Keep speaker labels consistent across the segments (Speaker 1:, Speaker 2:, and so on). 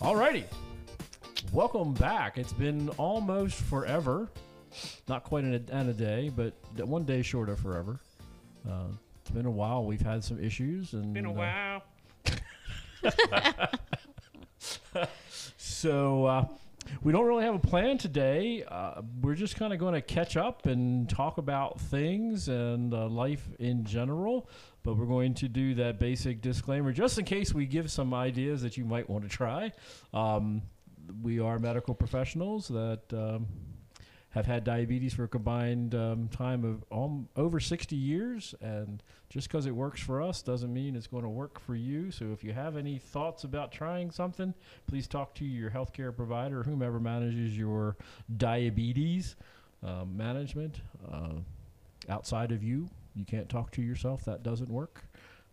Speaker 1: Alrighty. Welcome back. It's been almost forever. Not quite in a, in a day, but d- one day short of forever. Uh, it's been a while. We've had some issues. and
Speaker 2: Been a
Speaker 1: uh,
Speaker 2: while.
Speaker 1: so uh, we don't really have a plan today. Uh, we're just kind of going to catch up and talk about things and uh, life in general. But we're going to do that basic disclaimer just in case we give some ideas that you might want to try. Um, we are medical professionals that. Um, have had diabetes for a combined um, time of um, over 60 years, and just because it works for us doesn't mean it's going to work for you. So if you have any thoughts about trying something, please talk to your healthcare provider, whomever manages your diabetes uh, management. Uh, outside of you, you can't talk to yourself. That doesn't work.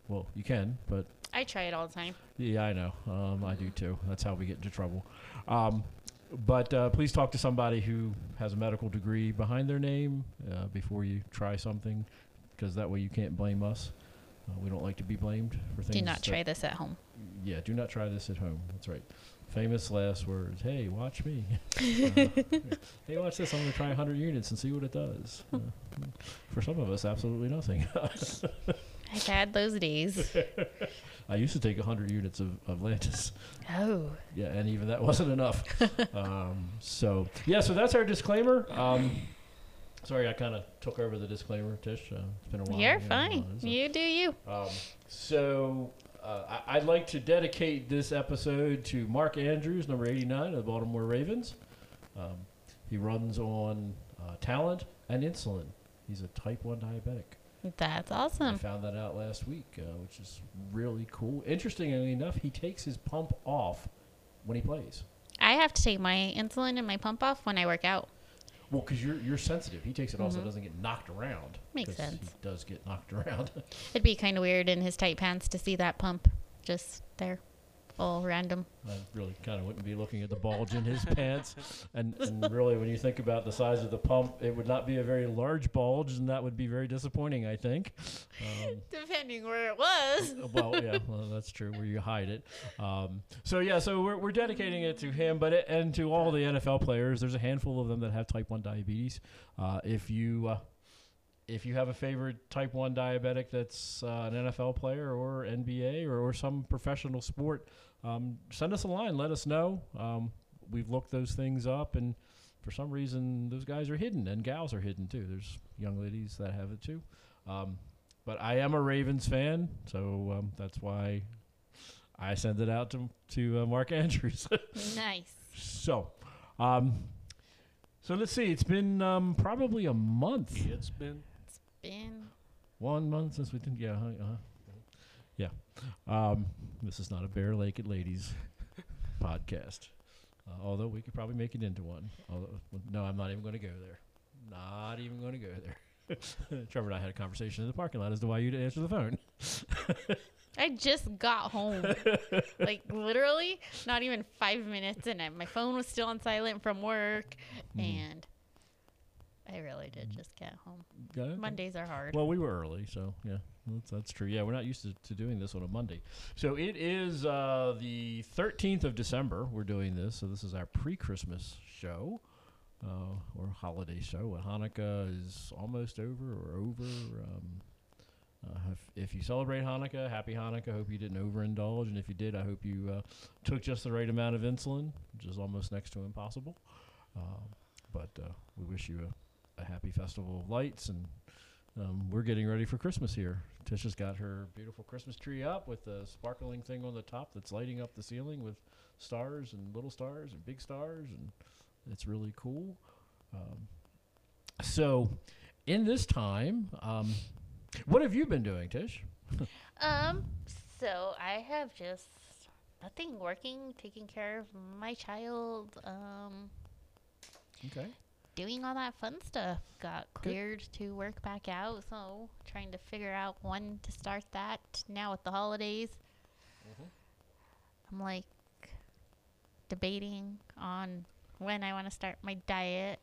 Speaker 1: Well, you can, but
Speaker 3: I try it all the time.
Speaker 1: yeah, I know. Um, I do too. That's how we get into trouble. Um, but uh, please talk to somebody who has a medical degree behind their name uh, before you try something, because that way you can't blame us. Uh, we don't like to be blamed for things.
Speaker 3: Do not
Speaker 1: that-
Speaker 3: try this at home.
Speaker 1: yeah, do not try this at home. That's right. Famous last words. Hey, watch me. Uh, hey, watch this. I'm going to try 100 units and see what it does.
Speaker 3: Hmm.
Speaker 1: Uh, for some of us, absolutely nothing.
Speaker 3: I've had those days.
Speaker 1: I used to take 100 units of, of Lantus.
Speaker 3: oh,
Speaker 1: Yeah, and even that wasn't enough. um, so, yeah, so that's our disclaimer. Um, sorry, I kind of took over the disclaimer, Tish. Uh, it's been a while.
Speaker 3: you're
Speaker 1: you know,
Speaker 3: fine.
Speaker 1: uh, so-
Speaker 3: You do you.
Speaker 1: um, so uh, I, I'd like to dedicate this episode to Mark Andrews, number 89 of the Baltimore Ravens. Um, he runs on uh, talent and insulin. He's a type 1 diabetic.
Speaker 3: That's
Speaker 1: I
Speaker 3: awesome.
Speaker 1: found that out last week, uh, which is really cool. Interestingly enough, he takes his pump off when he plays.
Speaker 3: I have to take my insulin and my pump off when I work out.
Speaker 1: Well, because you're, you're sensitive. He takes it off so it doesn't get knocked around.
Speaker 3: Mm-hmm. Makes
Speaker 1: 'cause He
Speaker 3: sense.
Speaker 1: does get knocked around.
Speaker 3: It'd be kind of weird in his tight pants to see that pump just there, all random.
Speaker 1: I really kind of wouldn't be looking at the bulge in his pants. And, and really, when you think about the size of the pump, it would not be a very large bulge, and that would be very disappointing, I think. Um,
Speaker 3: Depending where it was.
Speaker 1: well, yeah, well, that's true. Where you hide it. Um, so yeah, so we're, we're dedicating it to him, but it, and to all the NFL players. There's a handful of them that have type one diabetes. Uh, if you uh, if you have a favorite type one diabetic that's uh, an NFL player or NBA or, or some professional sport, um, send us a line. Let us know. Um, we've looked those things up and. For some reason, those guys are hidden, and gals are hidden too. There's young ladies that have it too. Um, but I am a Ravens fan, so um, that's why I send it out to to uh, Mark Andrews.
Speaker 3: Nice.
Speaker 1: so, um, so let's see. It's been um, probably a month,
Speaker 2: It's been.
Speaker 3: Been
Speaker 1: one month since we didn't. Yeah, uh, uh, yeah. Um, this is not a Bear Lake at Ladies podcast, uh, although we could probably make it into one. Although, no, I'm not even going to go there. Not even going to go there. Trevor and I had a conversation in the parking lot as to why you didn't answer the phone.
Speaker 3: I just got home. like literally, not even five minutes, and I, my phone was still on silent from work, and I really did just get home.
Speaker 1: Yeah, okay.
Speaker 3: Mondays are hard.
Speaker 1: Well, we were early, so yeah, that's, that's true. Yeah, we're not used to, to doing this on a Monday. So it is uh, the 13th of December. We're doing this, so this is our pre-Christmas show uh, or holiday show. Uh, Hanukkah is almost over or over. Um, uh, if, if you celebrate Hanukkah, happy Hanukkah. Hope you didn't overindulge, and if you did, I hope you uh, took just the right amount of insulin, which is almost next to impossible. Um, but uh, we wish you a, a happy festival of lights and um, we're getting ready for Christmas here. Tisha's got her beautiful Christmas tree up with the sparkling thing on the top that's lighting up the ceiling with stars and little stars and big stars, and it's really cool. Um, so, in this time, um, what have you been doing, Tish?
Speaker 3: Um, so I have just nothing working, taking care of my child, um,
Speaker 1: Okay.
Speaker 3: doing all that fun stuff. Got cleared to work back out, so trying to figure out when to start that now with the holidays.
Speaker 1: Mm-hmm.
Speaker 3: I'm like debating on when I want to start my diets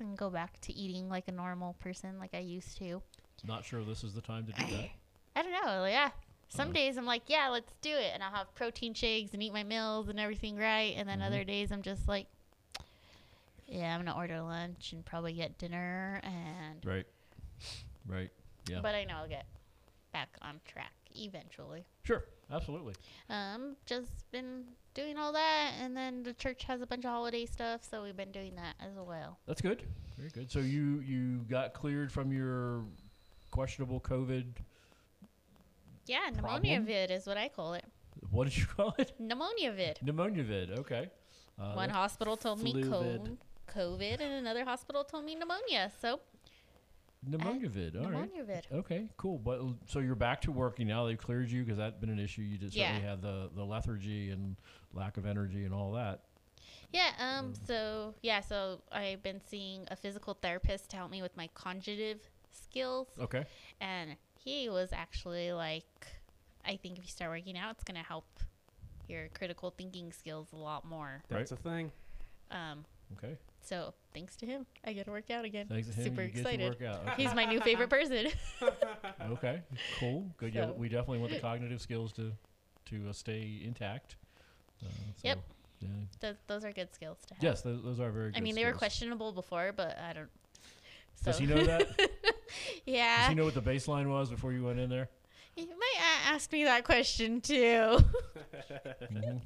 Speaker 3: and go back to eating like a normal person like I used to.
Speaker 1: Not sure this is the time to do that.
Speaker 3: I don't know. Yeah. Some days I'm like, yeah, let's do it, and I'll have protein shakes and eat my meals and everything right. And
Speaker 1: Mm-hmm.
Speaker 3: then other days I'm just like, yeah, I'm gonna order lunch and probably get dinner, and
Speaker 1: Right. Right. Yeah.
Speaker 3: but I know I'll get back on track eventually.
Speaker 1: sure. Absolutely.
Speaker 3: Um, just been doing all that, and then the church has a bunch of holiday stuff, so we've been doing that as well.
Speaker 1: That's good. Very good. So you you got cleared from your questionable COVID.
Speaker 3: Yeah, pneumonia
Speaker 1: Problem?
Speaker 3: vid is what I call it.
Speaker 1: What did you call it?
Speaker 3: Pneumonia vid.
Speaker 1: Pneumonia vid. Okay. Uh,
Speaker 3: One
Speaker 1: that-
Speaker 3: hospital told me
Speaker 1: flu
Speaker 3: co-
Speaker 1: vid.
Speaker 3: COVID, and another hospital told me pneumonia. So
Speaker 1: pneumonia vid. All right.
Speaker 3: pneumonia vid.
Speaker 1: Okay, cool. But l- so you're back to working now. They've cleared you because that's been an issue. You just certainly
Speaker 3: Yeah.
Speaker 1: had the the lethargy and lack of energy and all that.
Speaker 3: Yeah. Um.
Speaker 1: Mm.
Speaker 3: So yeah. So I've been seeing a physical therapist to help me with my conjugative skills,
Speaker 1: Okay.
Speaker 3: and he was actually like, "I think if you start working out, it's gonna help your critical thinking skills a lot more."
Speaker 1: That's
Speaker 2: That's a thing.
Speaker 3: Um.
Speaker 1: Okay.
Speaker 3: So thanks to him, I get to work out again.
Speaker 1: Thanks to him,
Speaker 3: Super
Speaker 1: you get
Speaker 3: excited.
Speaker 1: to work out. Okay.
Speaker 3: He's my new favorite person.
Speaker 1: okay. Cool. Good. Yeah,
Speaker 3: So-
Speaker 1: we definitely want the cognitive skills to to uh, stay intact. Uh,
Speaker 3: Yep.
Speaker 1: so, Yeah.
Speaker 3: Th- those are good skills to have.
Speaker 1: Yes, those, those are very. good
Speaker 3: I mean, they were
Speaker 1: skills.
Speaker 3: questionable before, but I don't. So.
Speaker 1: Does he know that?
Speaker 3: yeah.
Speaker 1: Does he know what the baseline was before you went in there?
Speaker 3: You might a- ask me that question too.
Speaker 1: Mhm.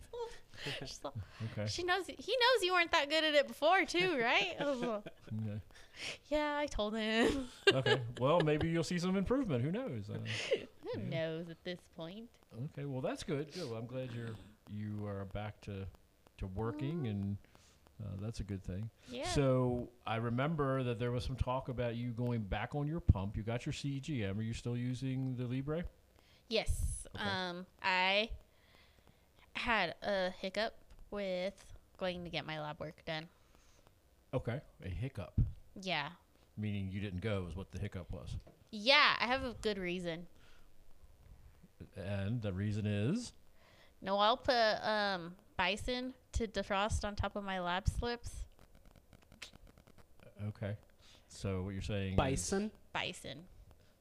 Speaker 3: She's like,
Speaker 1: Okay.
Speaker 3: she knows. He knows you weren't that good at it before, too, right? I was like,
Speaker 1: Okay.
Speaker 3: yeah, I told him.
Speaker 1: okay. Well, maybe you'll see some improvement. Who knows? Uh,
Speaker 3: Who knows at this point?
Speaker 1: Okay, well that's good. Good. Well, I'm glad you're you are back to to working, and uh, that's a good thing.
Speaker 3: Yeah.
Speaker 1: So I remember that there was some talk about you going back on your pump. You got your CGM. Are you still using the Libre?
Speaker 3: yes.
Speaker 1: Okay.
Speaker 3: Um, I had a hiccup with going to get my lab work done.
Speaker 1: Okay. A hiccup,
Speaker 3: Yeah.
Speaker 1: meaning you didn't go, is what the hiccup was,
Speaker 3: Yeah, I have a good reason.
Speaker 1: and the reason is
Speaker 3: No, I'll put um bison to defrost on top of my lab slips.
Speaker 1: okay. So what you're saying? is
Speaker 2: Bison.
Speaker 3: Bison.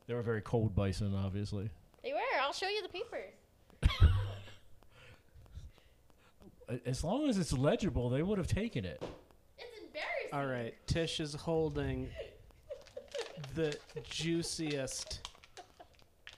Speaker 1: They were very cold bison, obviously.
Speaker 3: They were. I'll show you the papers.
Speaker 1: A- As long as it's legible, they would have taken it.
Speaker 3: It's embarrassing.
Speaker 2: All right. Tish is holding the juiciest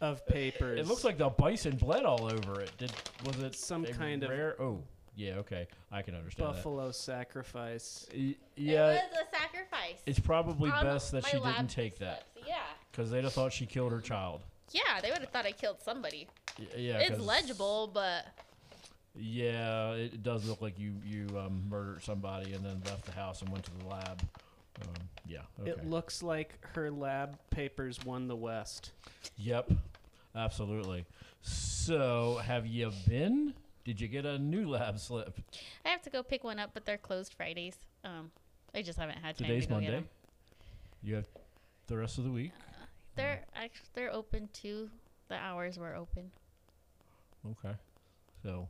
Speaker 2: of papers.
Speaker 1: It looks like the bison bled all over it. Did was it
Speaker 2: Some
Speaker 1: a
Speaker 2: kind of-
Speaker 1: rare, of Oh, yeah, okay. I can understand
Speaker 2: buffalo sacrifice.
Speaker 1: that. Y- Yeah,
Speaker 3: It was a sacrifice.
Speaker 1: it's probably
Speaker 3: on
Speaker 1: best that
Speaker 3: my
Speaker 1: she
Speaker 3: lab
Speaker 1: didn't take that
Speaker 3: slips. Yeah.
Speaker 1: because they'd have thought she killed her child.
Speaker 3: Yeah, they would have thought I killed somebody.
Speaker 1: Y- Yeah,
Speaker 3: it's
Speaker 1: 'cause-
Speaker 3: legible, but
Speaker 1: Yeah, it does look like you you um, murdered somebody and then left the house and went to the lab. Um, yeah. Okay.
Speaker 2: It looks like her lab papers won the West.
Speaker 1: yep. Absolutely. So, have you been? Did you get a new lab slip?
Speaker 3: I have to go pick one up, but they're closed Fridays. Um, I just haven't had time
Speaker 1: Today's
Speaker 3: to go get
Speaker 1: Monday.
Speaker 3: them.
Speaker 1: You have the rest of the week.
Speaker 3: They're actually they're open too. The hours were open,
Speaker 1: Okay. So.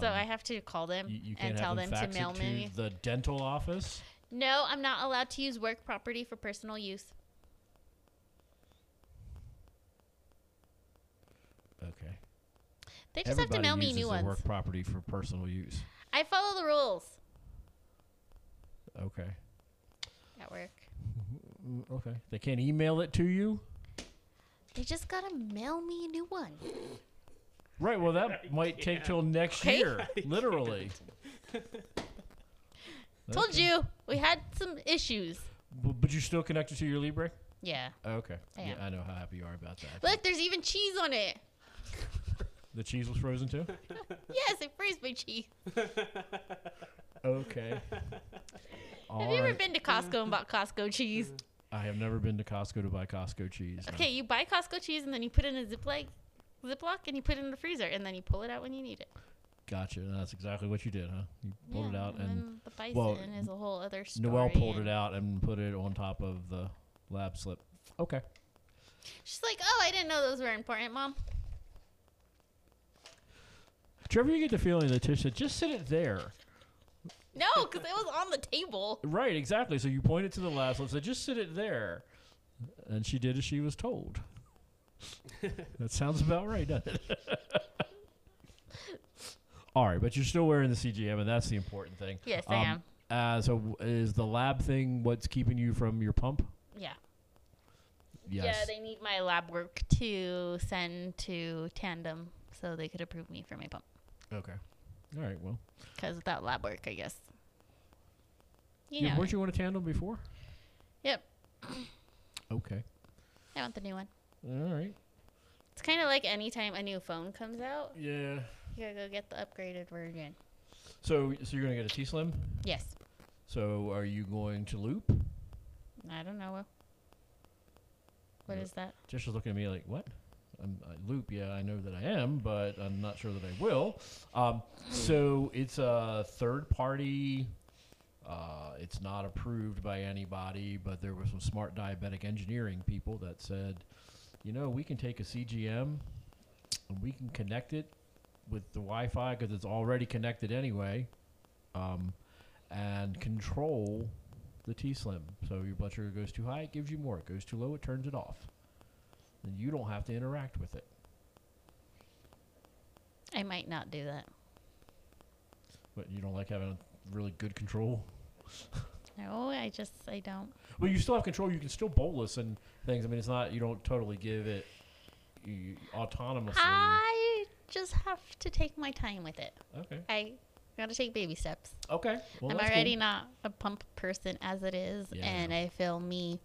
Speaker 3: so
Speaker 1: um,
Speaker 3: I have to call them
Speaker 1: you, you can't
Speaker 3: and tell
Speaker 1: have
Speaker 3: them
Speaker 1: them fax
Speaker 3: to mail
Speaker 1: it
Speaker 3: me.
Speaker 1: to the dental office.
Speaker 3: No, I'm not allowed to use work property for personal use.
Speaker 1: Okay.
Speaker 3: They just have to
Speaker 1: Everybody
Speaker 3: mail me
Speaker 1: uses
Speaker 3: new
Speaker 1: their
Speaker 3: ones.
Speaker 1: work property for personal use.
Speaker 3: I follow the rules
Speaker 1: Okay.
Speaker 3: at work.
Speaker 1: Mm, Okay. They can't email it to you.
Speaker 3: They just gotta mail me a new one.
Speaker 1: Right. Well, that might take till next
Speaker 3: Okay.
Speaker 1: year, literally.
Speaker 3: Told
Speaker 1: Okay.
Speaker 3: you we had some issues.
Speaker 1: B- But you're still connected to your Libre.
Speaker 3: Yeah.
Speaker 1: Okay.
Speaker 3: I
Speaker 1: yeah,
Speaker 3: am.
Speaker 1: I know how happy you are about that.
Speaker 3: Look, there's even cheese on it.
Speaker 1: The cheese was frozen too.
Speaker 3: Yes, I freeze my cheese.
Speaker 1: Okay. All
Speaker 3: Have you ever
Speaker 1: right.
Speaker 3: been to Costco and bought Costco cheese?
Speaker 1: I have never been to Costco to buy Costco cheese. no.
Speaker 3: Okay, you buy Costco cheese and then you put it in a Ziploc, Ziploc, and you put it in the freezer, and then you pull it out when you need it.
Speaker 1: Gotcha. That's exactly what you did, huh? You pulled it
Speaker 3: Yeah,
Speaker 1: out and
Speaker 3: then the bison
Speaker 1: well,
Speaker 3: is a whole other story.
Speaker 1: Noelle pulled
Speaker 3: and
Speaker 1: it out and put it on top of the lab slip. Okay.
Speaker 3: She's like, "Oh, I didn't know those were important, mom."
Speaker 1: Trevor, you get the feeling that Tish said, just sit it there.
Speaker 3: No, because it was on the table.
Speaker 1: Right, exactly. So you pointed to the lab slip, said, just sit it there. And she did as she was told. that sounds about right, doesn't it? All right, but you're still wearing the CGM, and that's the important thing.
Speaker 3: Yes, I am.
Speaker 1: Um, Uh, so, w- is the lab thing what's keeping you from your pump?
Speaker 3: Yeah.
Speaker 1: Yes.
Speaker 3: Yeah, they need my lab work to send to Tandem so they could approve me for my pump.
Speaker 1: okay. All right. Well,
Speaker 3: Because without lab work, I guess. You
Speaker 1: yeah,
Speaker 3: know,
Speaker 1: weren't you on a tandem before?
Speaker 3: Yep.
Speaker 1: Okay.
Speaker 3: I want the new one.
Speaker 1: All right.
Speaker 3: It's kind of like any time a new phone comes out,
Speaker 1: Yeah.
Speaker 3: you gotta go get the upgraded version.
Speaker 1: So, so you're gonna get a T Slim.
Speaker 3: Yes.
Speaker 1: So, are you going to loop?
Speaker 3: I don't know. Will. What
Speaker 1: Yeah.
Speaker 3: is that?
Speaker 1: Jess was looking at me like, "What? I'm, I loop? Yeah, I know that I am, but I'm not sure that I will." Um, so it's a third party. Uh, it's not approved by anybody, but there were some smart diabetic engineering people that said, "You know, we can take a CGM and we can connect it with the Wi-Fi because it's already connected anyway, um, and control." The T Slim. So your blood sugar goes too high, it gives you more. It goes too low, it turns it off then you don't have to interact with it.
Speaker 3: I might not do that.
Speaker 1: But you don't like having really good control.
Speaker 3: No, I just I don't.
Speaker 1: Well, you still have control. You can still bolus and things. I mean, it's not you don't totally give it you, autonomously.
Speaker 3: Ah. I just have to take my time with it.
Speaker 1: okay.
Speaker 3: I gotta take baby steps.
Speaker 1: Okay. Well,
Speaker 3: I'm
Speaker 1: that's
Speaker 3: already
Speaker 1: cool.
Speaker 3: not a pump person as it is,
Speaker 1: Yeah, I
Speaker 3: and I feel me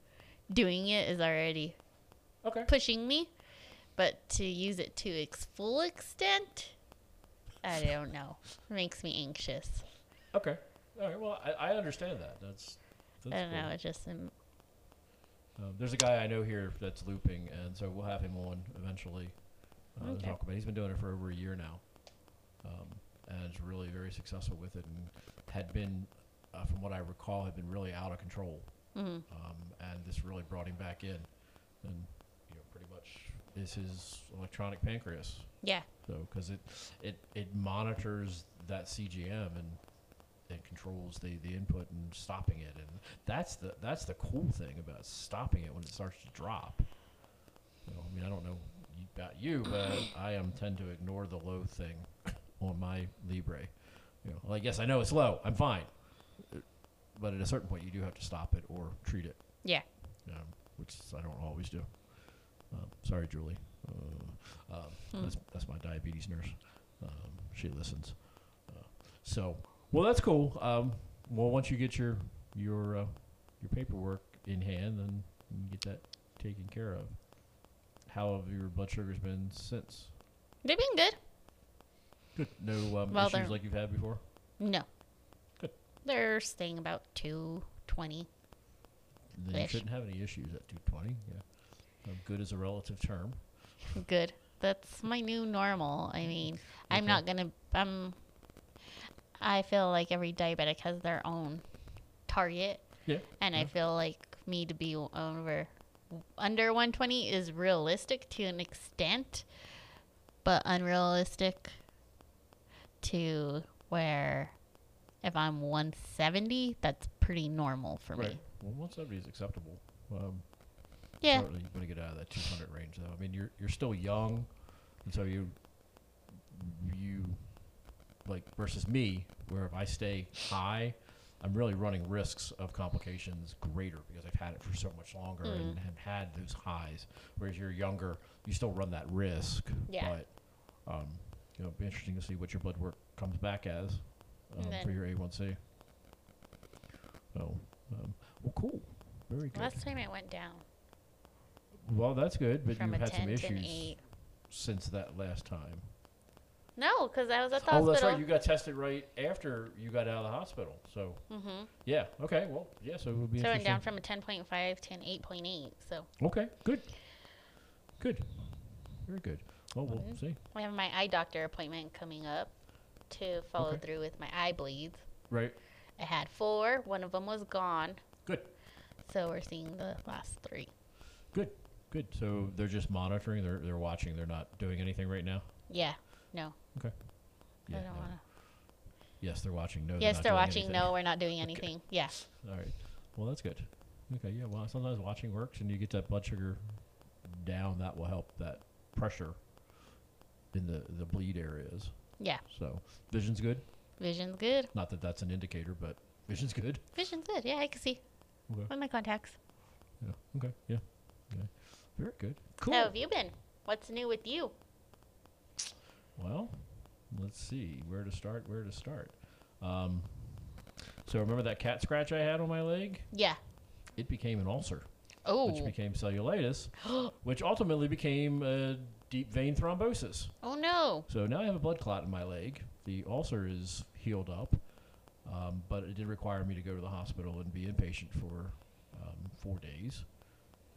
Speaker 3: doing it is already
Speaker 1: okay.
Speaker 3: pushing me. But to use it to its full extent, I don't know. It makes me anxious.
Speaker 1: Okay. All right. Well, I, I understand that. That's. that's
Speaker 3: I don't
Speaker 1: cool.
Speaker 3: know. It just um,
Speaker 1: Um, there's a guy I know here that's looping, and so we'll have him on eventually. Uh, to
Speaker 3: Okay.
Speaker 1: talk about. it. He's been doing it for over a year now, um, and is really very successful with it, and had been, uh, from what I recall, had been really out of control,
Speaker 3: mhm.
Speaker 1: um, and this really brought him back in, and you know, pretty much is his electronic pancreas.
Speaker 3: yeah.
Speaker 1: So, because it, it, it monitors that CGM and it controls the, the input and stopping it, and that's the that's the cool thing about stopping it when it starts to drop. You know, I mean, I don't know y- about you, but I am tend to ignore the low thing on my Libre. You know, like yes, I know it's low, I'm fine, but at a certain point, you do have to stop it or treat it.
Speaker 3: Yeah.
Speaker 1: Um, which I don't always do. Um, sorry, Julie. Uh, um,
Speaker 3: mm-hmm. Hmm.
Speaker 1: that's, that's my diabetes nurse. Um, she listens. Uh, so, well, that's cool. Um, well, once you get your your uh, your paperwork in hand, then you can get that taken care of. How have your blood sugars been since?
Speaker 3: They've been good.
Speaker 1: Good. No um,
Speaker 3: Well, they're-
Speaker 1: issues like you've had before.
Speaker 3: No.
Speaker 1: Good.
Speaker 3: They're staying about 220.
Speaker 1: Then you
Speaker 3: Ish.
Speaker 1: shouldn't have any issues at 220. Yeah, um, good is a relative term.
Speaker 3: Good. That's my new normal. I mean, I'm
Speaker 1: Okay.
Speaker 3: not going to um I feel like every diabetic has their own target
Speaker 1: Yeah.
Speaker 3: and I
Speaker 1: Yeah.
Speaker 3: feel like me to be over under 120 is realistic to an extent but unrealistic to where if I'm 170 that's pretty normal for me.
Speaker 1: Well, 170 is acceptable. Um,
Speaker 3: Yeah.
Speaker 1: Shortly, you want to get out of that 200 range, though. I mean, you're you're still young, and so you you like versus me, where if I stay high, I'm really running risks of complications greater because I've had it for so much longer and,
Speaker 3: Mm.
Speaker 1: and had those highs. Whereas you're younger, you still run that risk.
Speaker 3: Yeah.
Speaker 1: But um, you know, it'd be interesting to see what your blood work comes back as
Speaker 3: And
Speaker 1: um, for
Speaker 3: then-
Speaker 1: your A1C. So, um, well, cool. Very good.
Speaker 3: Last time it went down
Speaker 1: Well, that's good, but
Speaker 3: from
Speaker 1: you've
Speaker 3: a
Speaker 1: had
Speaker 3: 10
Speaker 1: some
Speaker 3: to an
Speaker 1: issues
Speaker 3: 8.
Speaker 1: since that last time.
Speaker 3: No, because I was at
Speaker 1: Oh,
Speaker 3: the hospital.
Speaker 1: that's right. You got tested right after you got out of the hospital. So,
Speaker 3: hmm
Speaker 1: yeah. Okay. Well, yeah. So it would be
Speaker 3: So
Speaker 1: interesting.
Speaker 3: it went down from a 10.5 to an 8.8. So
Speaker 1: okay. Good. Good. Very good. Well, we'll
Speaker 3: Mhm.
Speaker 1: see.
Speaker 3: I have my eye doctor appointment coming up to follow
Speaker 1: Okay.
Speaker 3: through with my eye bleeds.
Speaker 1: Right.
Speaker 3: I had four. One of them was gone.
Speaker 1: Good.
Speaker 3: So we're seeing the last three.
Speaker 1: Good. Good. So they're just monitoring. They're they're watching. They're not doing anything right now.
Speaker 3: Yeah. No.
Speaker 1: Okay. Yeah,
Speaker 3: I don't
Speaker 1: no.
Speaker 3: want to.
Speaker 1: Yes, they're watching. No.
Speaker 3: yes,
Speaker 1: not
Speaker 3: they're
Speaker 1: doing
Speaker 3: watching.
Speaker 1: anything.
Speaker 3: No, we're not doing anything. Yeah.
Speaker 1: All right. Well, that's good. Okay. Yeah. Well, sometimes watching works, and you get that blood sugar down, that will help that pressure in the, the bleed areas.
Speaker 3: Yeah,
Speaker 1: So vision's good.
Speaker 3: vision's good.
Speaker 1: Not that that's an indicator, but vision's good.
Speaker 3: Vision's good. Yeah, I can see
Speaker 1: Okay.
Speaker 3: with my contacts.
Speaker 1: Yeah. Okay. Yeah. Okay. Very good. Cool.
Speaker 3: How have you been? What's new with you?
Speaker 1: Well, let's see where to start. Where to start? Um, so remember that cat scratch I had on my leg?
Speaker 3: Yeah.
Speaker 1: It became an ulcer, which
Speaker 3: Oh.
Speaker 1: became cellulitis, which ultimately became a deep vein thrombosis.
Speaker 3: Oh no.
Speaker 1: So now I have a blood clot in my leg. The ulcer is healed up, um, but it did require me to go to the hospital and be inpatient for um, four days.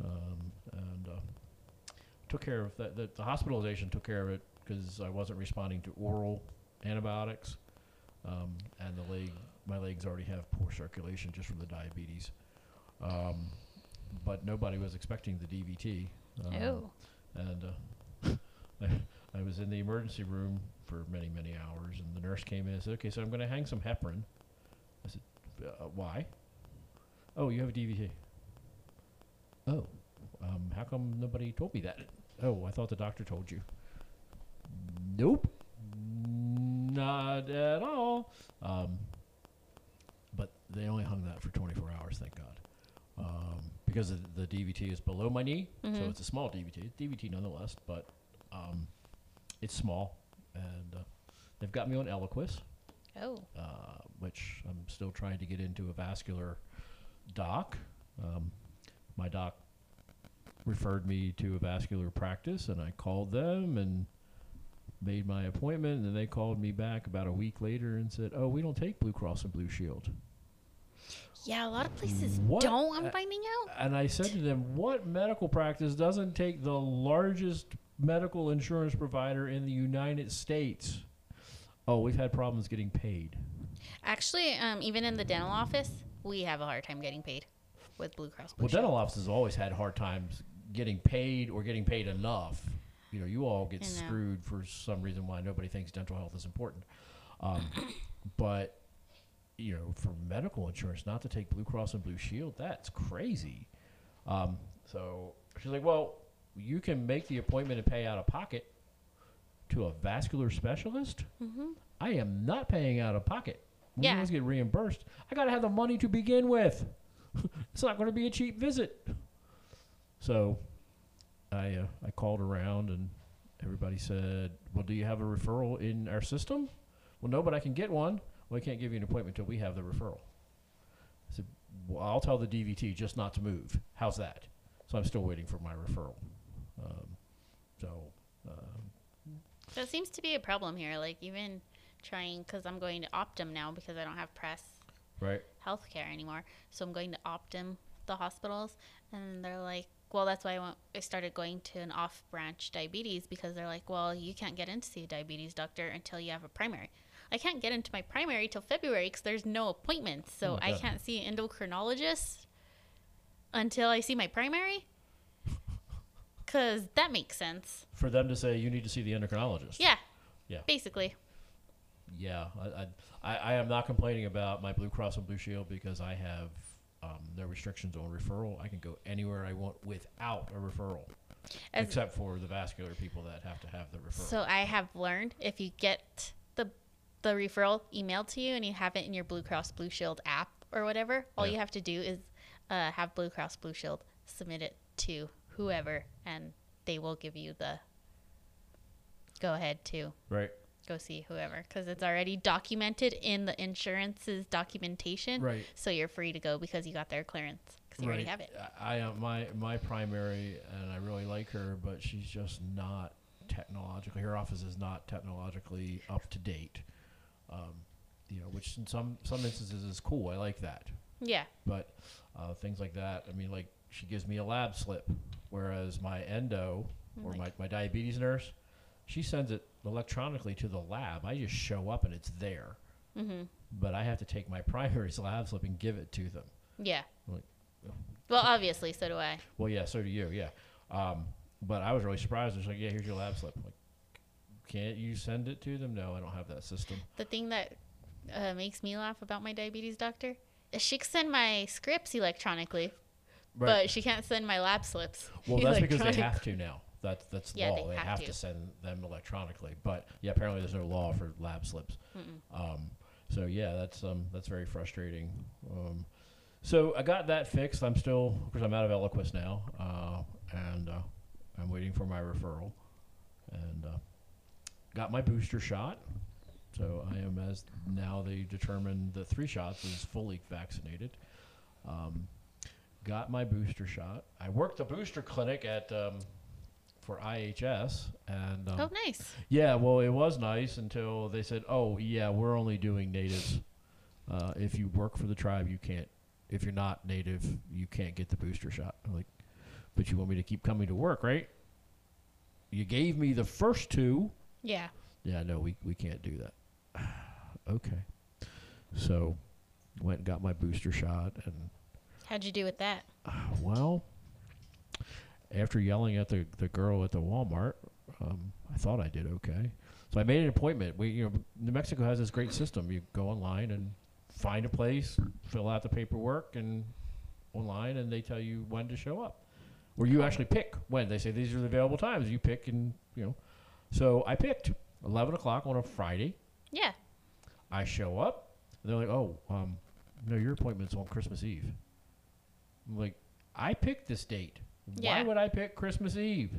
Speaker 1: Um, and uh, took care of that. The, the hospitalization took care of it because I wasn't responding to oral antibiotics, um, and the leg, my legs already have poor circulation just from the diabetes. Um, but nobody was expecting the DVT. Um,
Speaker 3: Oh.
Speaker 1: and uh, I, I was in the emergency room for many, many hours, and the nurse came in and said, "Okay, so I'm going to hang some heparin." I said, uh, "Why?" "Oh, you have a DVT." "Oh, um, how come nobody told me that?" "Oh, I thought the doctor told you." "Nope, not at all." Um, but they only hung that for 24 hours, thank God. Um, because the, the DVT is below my knee, so
Speaker 3: Mhm.
Speaker 1: it's a small DVT. It's DVT nonetheless, but um, it's small. And uh, they've got me on Eliquis,
Speaker 3: Oh.
Speaker 1: uh, which I'm still trying to get into a vascular doc. Um, my doc referred me to a vascular practice, and I called them and made my appointment. And then they called me back about a week later and said, "Oh, we don't take Blue Cross and Blue Shield."
Speaker 3: Yeah, a lot of places
Speaker 1: What?
Speaker 3: don't. I'm
Speaker 1: Uh,
Speaker 3: finding out.
Speaker 1: And I said to them, "What medical practice doesn't take the largest medical insurance provider in the United States?" Oh, we've had problems getting paid.
Speaker 3: Actually, um, even in the dental office, we have a hard time getting paid with Blue Cross Blue
Speaker 1: Well,
Speaker 3: Shield.
Speaker 1: dental offices always had hard times getting paid or getting paid enough. You know, you all get
Speaker 3: I know.
Speaker 1: screwed for some reason why nobody thinks dental health is important. Um, but you know, for medical insurance, not to take Blue Cross and Blue Shield, that's crazy. Um, so she's like, "Well, you can make the appointment and pay out of pocket to a vascular specialist. I am not paying out of pocket. When
Speaker 3: Yeah.
Speaker 1: you guys get reimbursed, I got to have the money to begin with. it's not going to be a cheap visit." So, I uh, I called around and everybody said, "Well, do you have a referral in our system?" Well, no, but I can get one. Well, I can't give you an appointment until we have the referral. I said, well, I'll tell the DVT just not to move. How's that? So I'm still waiting for my referral. Um, so, um,
Speaker 3: That seems to be a problem here. Like even trying, because I'm going to Optum now because I don't have Press
Speaker 1: right.
Speaker 3: Healthcare anymore. So I'm going to Optum, the hospitals, and they're like, well, that's why I, went, I started going to an off branch diabetes because they're like, well, you can't get in to see a diabetes doctor until you have a primary. I can't get into my primary till February because there's no appointments. So
Speaker 1: Oh my
Speaker 3: I
Speaker 1: God.
Speaker 3: can't see an endocrinologist until I see my primary. Because that makes sense.
Speaker 1: For them to say you need to see the endocrinologist.
Speaker 3: Yeah.
Speaker 1: Yeah.
Speaker 3: Basically.
Speaker 1: Yeah, I, I- I, I am not complaining about my Blue Cross and Blue Shield because I have um, no restrictions on referral. I can go anywhere I want without a referral,
Speaker 3: As-
Speaker 1: except for the vascular people that have to have the referral.
Speaker 3: So I have learned if you get the the referral emailed to you and you have it in your Blue Cross Blue Shield app or whatever, all
Speaker 1: Yeah.
Speaker 3: you have to do is uh, have Blue Cross Blue Shield submit it to whoever, and they will give you the go ahead to
Speaker 1: right,
Speaker 3: go see whoever because it's already documented in the insurance's documentation.
Speaker 1: right.
Speaker 3: So you're free to go because you got their clearance because you already have it.
Speaker 1: I, I uh, my my primary, and I really like her, but she's just not technologically. Her office is not technologically up to date. Um, you know, which in some some instances is cool. I like that,
Speaker 3: Yeah.
Speaker 1: but uh, things like that. I mean, like she gives me a lab slip, whereas my endo or my,
Speaker 3: Like-
Speaker 1: my diabetes nurse, she sends it electronically to the lab. I just show up and it's there.
Speaker 3: Mm-hmm.
Speaker 1: But I have to take my primary's lab slip and give it to them.
Speaker 3: Yeah.
Speaker 1: Like-
Speaker 3: Well, obviously, so do I.
Speaker 1: Well, yeah, so do you, yeah. Um, but I was really surprised. It's like, yeah, here's your lab slip. I'm like, can't you send it to them? No, I don't have that system.
Speaker 3: the thing that uh, makes me laugh about my diabetes doctor is she can send my scripts electronically,
Speaker 1: Right.
Speaker 3: but she can't send my lab slips.
Speaker 1: well, that's because they
Speaker 3: electronic-
Speaker 1: have to now. That's that's the
Speaker 3: Yeah,
Speaker 1: law.
Speaker 3: they
Speaker 1: They have,
Speaker 3: have
Speaker 1: to.
Speaker 3: to.
Speaker 1: send them electronically. But yeah, apparently there's no law for lab slips. Um, so yeah, that's um, that's very frustrating. Um, so I got that fixed. I'm still, of course, I'm out of Eloquist now, uh, and uh, I'm waiting for my referral, and uh, got my booster shot. So I am as now they determine the three shots is fully vaccinated. Um, got my booster shot. I worked the booster clinic at um, for IHS, and um,
Speaker 3: Oh, nice.
Speaker 1: yeah, well, it was nice until they said, "Oh, yeah, we're only doing natives. Uh, if you work for the tribe, you can't. If you're not native, you can't get the booster shot." I'm like, but you want me to keep coming to work, right? You gave me the first two.
Speaker 3: Yeah.
Speaker 1: Yeah, no, we we can't do that. okay, so went and got my booster shot, and
Speaker 3: How'd you do with that?
Speaker 1: well, after yelling at the, the girl at the Walmart, um, I thought I did okay. So I made an appointment. We, you know, New Mexico has this great system. You go online and find a place, fill out the paperwork, and online, and they tell you when to show up, or you actually pick when. They say these are the available times. You pick, and you know. So I picked eleven o'clock on a Friday.
Speaker 3: Yeah.
Speaker 1: I show up. And they're like, "Oh, um, no, your appointment's on Christmas Eve." I'm like, "I picked this date.
Speaker 3: Yeah.
Speaker 1: Why would I pick Christmas Eve?"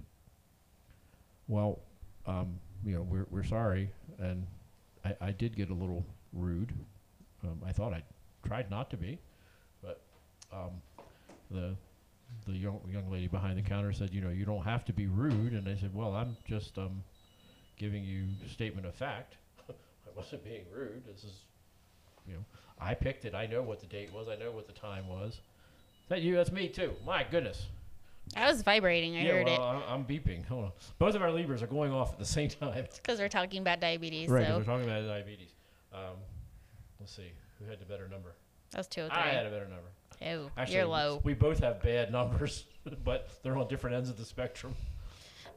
Speaker 1: Well, um, you know, we're we're sorry, and I, I did get a little rude. Um, I thought I tried not to be, but um, the the young young lady behind the counter said, "You know, you don't have to be rude." And I said, "Well, I'm just um, giving you a statement of fact." I wasn't being rude. This is, you know, I picked it. I know what the date was. I know what the time was. Is that you? That's me too. My goodness.
Speaker 3: I was vibrating. I
Speaker 1: yeah,
Speaker 3: heard
Speaker 1: well,
Speaker 3: it.
Speaker 1: I- I'm beeping. Hold on. Both of our levers are going off at the same time.
Speaker 3: It's because we're talking about diabetes.
Speaker 1: uh, Right. 'cause
Speaker 3: so
Speaker 1: We're talking about diabetes. Um, let's see who had the better number.
Speaker 3: that was
Speaker 1: I had
Speaker 3: 203.
Speaker 1: a better number.
Speaker 3: Oh,
Speaker 1: Actually,
Speaker 3: you're low.
Speaker 1: We both have bad numbers, but they're on different ends of the spectrum.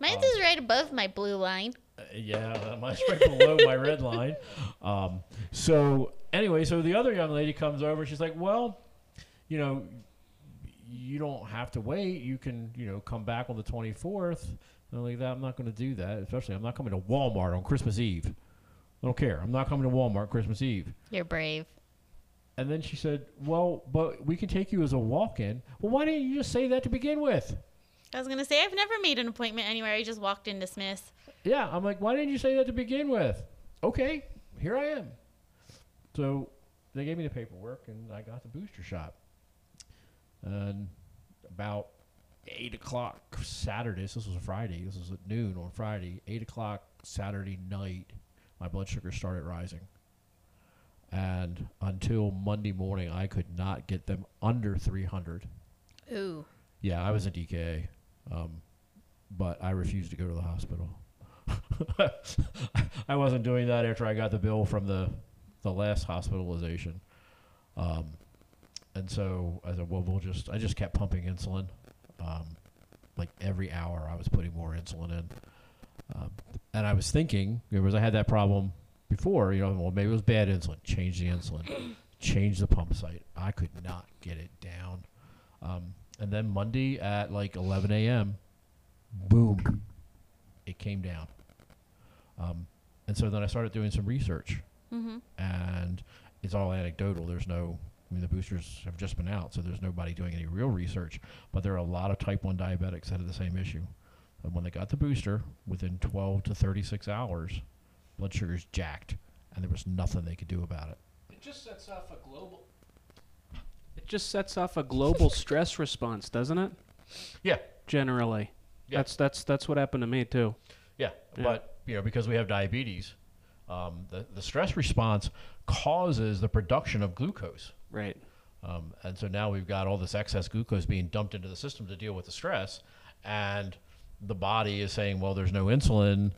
Speaker 3: Mine's
Speaker 1: um,
Speaker 3: is right above my blue line.
Speaker 1: Uh, yeah, uh, mine's right below my red line. Um, so anyway, so the other young lady comes over. She's like, "Well, you know, you don't have to wait. You can, you know, come back on the 24th." And I'm like, "That I'm not going to do that. Especially, I'm not coming to Walmart on Christmas Eve. I don't care. I'm not coming to Walmart Christmas Eve."
Speaker 3: You're brave.
Speaker 1: And then she said, "Well, but we can take you as a walk-in." Well, why didn't you just say that to begin with?
Speaker 3: I was gonna say I've never made an appointment anywhere. I just walked in, dismiss.
Speaker 1: Yeah, I'm like, why didn't you say that to begin with? Okay, here I am. So they gave me the paperwork and I got the booster shot. And about eight o'clock Saturday, so this was a Friday, this was at noon on Friday, eight o'clock Saturday night, my blood sugar started rising. And until Monday morning, I could not get them under 300.
Speaker 3: Ooh,
Speaker 1: Yeah, I was a DKA, um, but I refused to go to the hospital. I wasn't doing that after I got the bill from the the last hospitalization, um, and so I said, "Well, we'll just." I just kept pumping insulin, um, like every hour I was putting more insulin in, um, and I was thinking, because I had that problem before, you know, well, maybe it was bad insulin. Change the insulin, change the pump site. I could not get it down. Um, and then Monday at like 11 a.m., boom, it came down. Um, and so then I started doing some research,
Speaker 3: Mhm.
Speaker 1: and it's all anecdotal. There's no, I mean, the boosters have just been out, so there's nobody doing any real research. But there are a lot of type 1 diabetics that have the same issue. And when they got the booster, within 12 to 36 hours, blood sugar's jacked, and there was nothing they could do about it.
Speaker 2: It just sets off a global. It just sets off a global stress response, doesn't it?
Speaker 1: Yeah,
Speaker 2: Generally,
Speaker 1: Yeah.
Speaker 2: that's that's that's what happened to me too.
Speaker 1: Yeah,
Speaker 2: Yeah.
Speaker 1: but you know because we have diabetes, um, the the stress response causes the production of glucose,
Speaker 2: Right.
Speaker 1: um, and so now we've got all this excess glucose being dumped into the system to deal with the stress, and the body is saying, well, there's no insulin,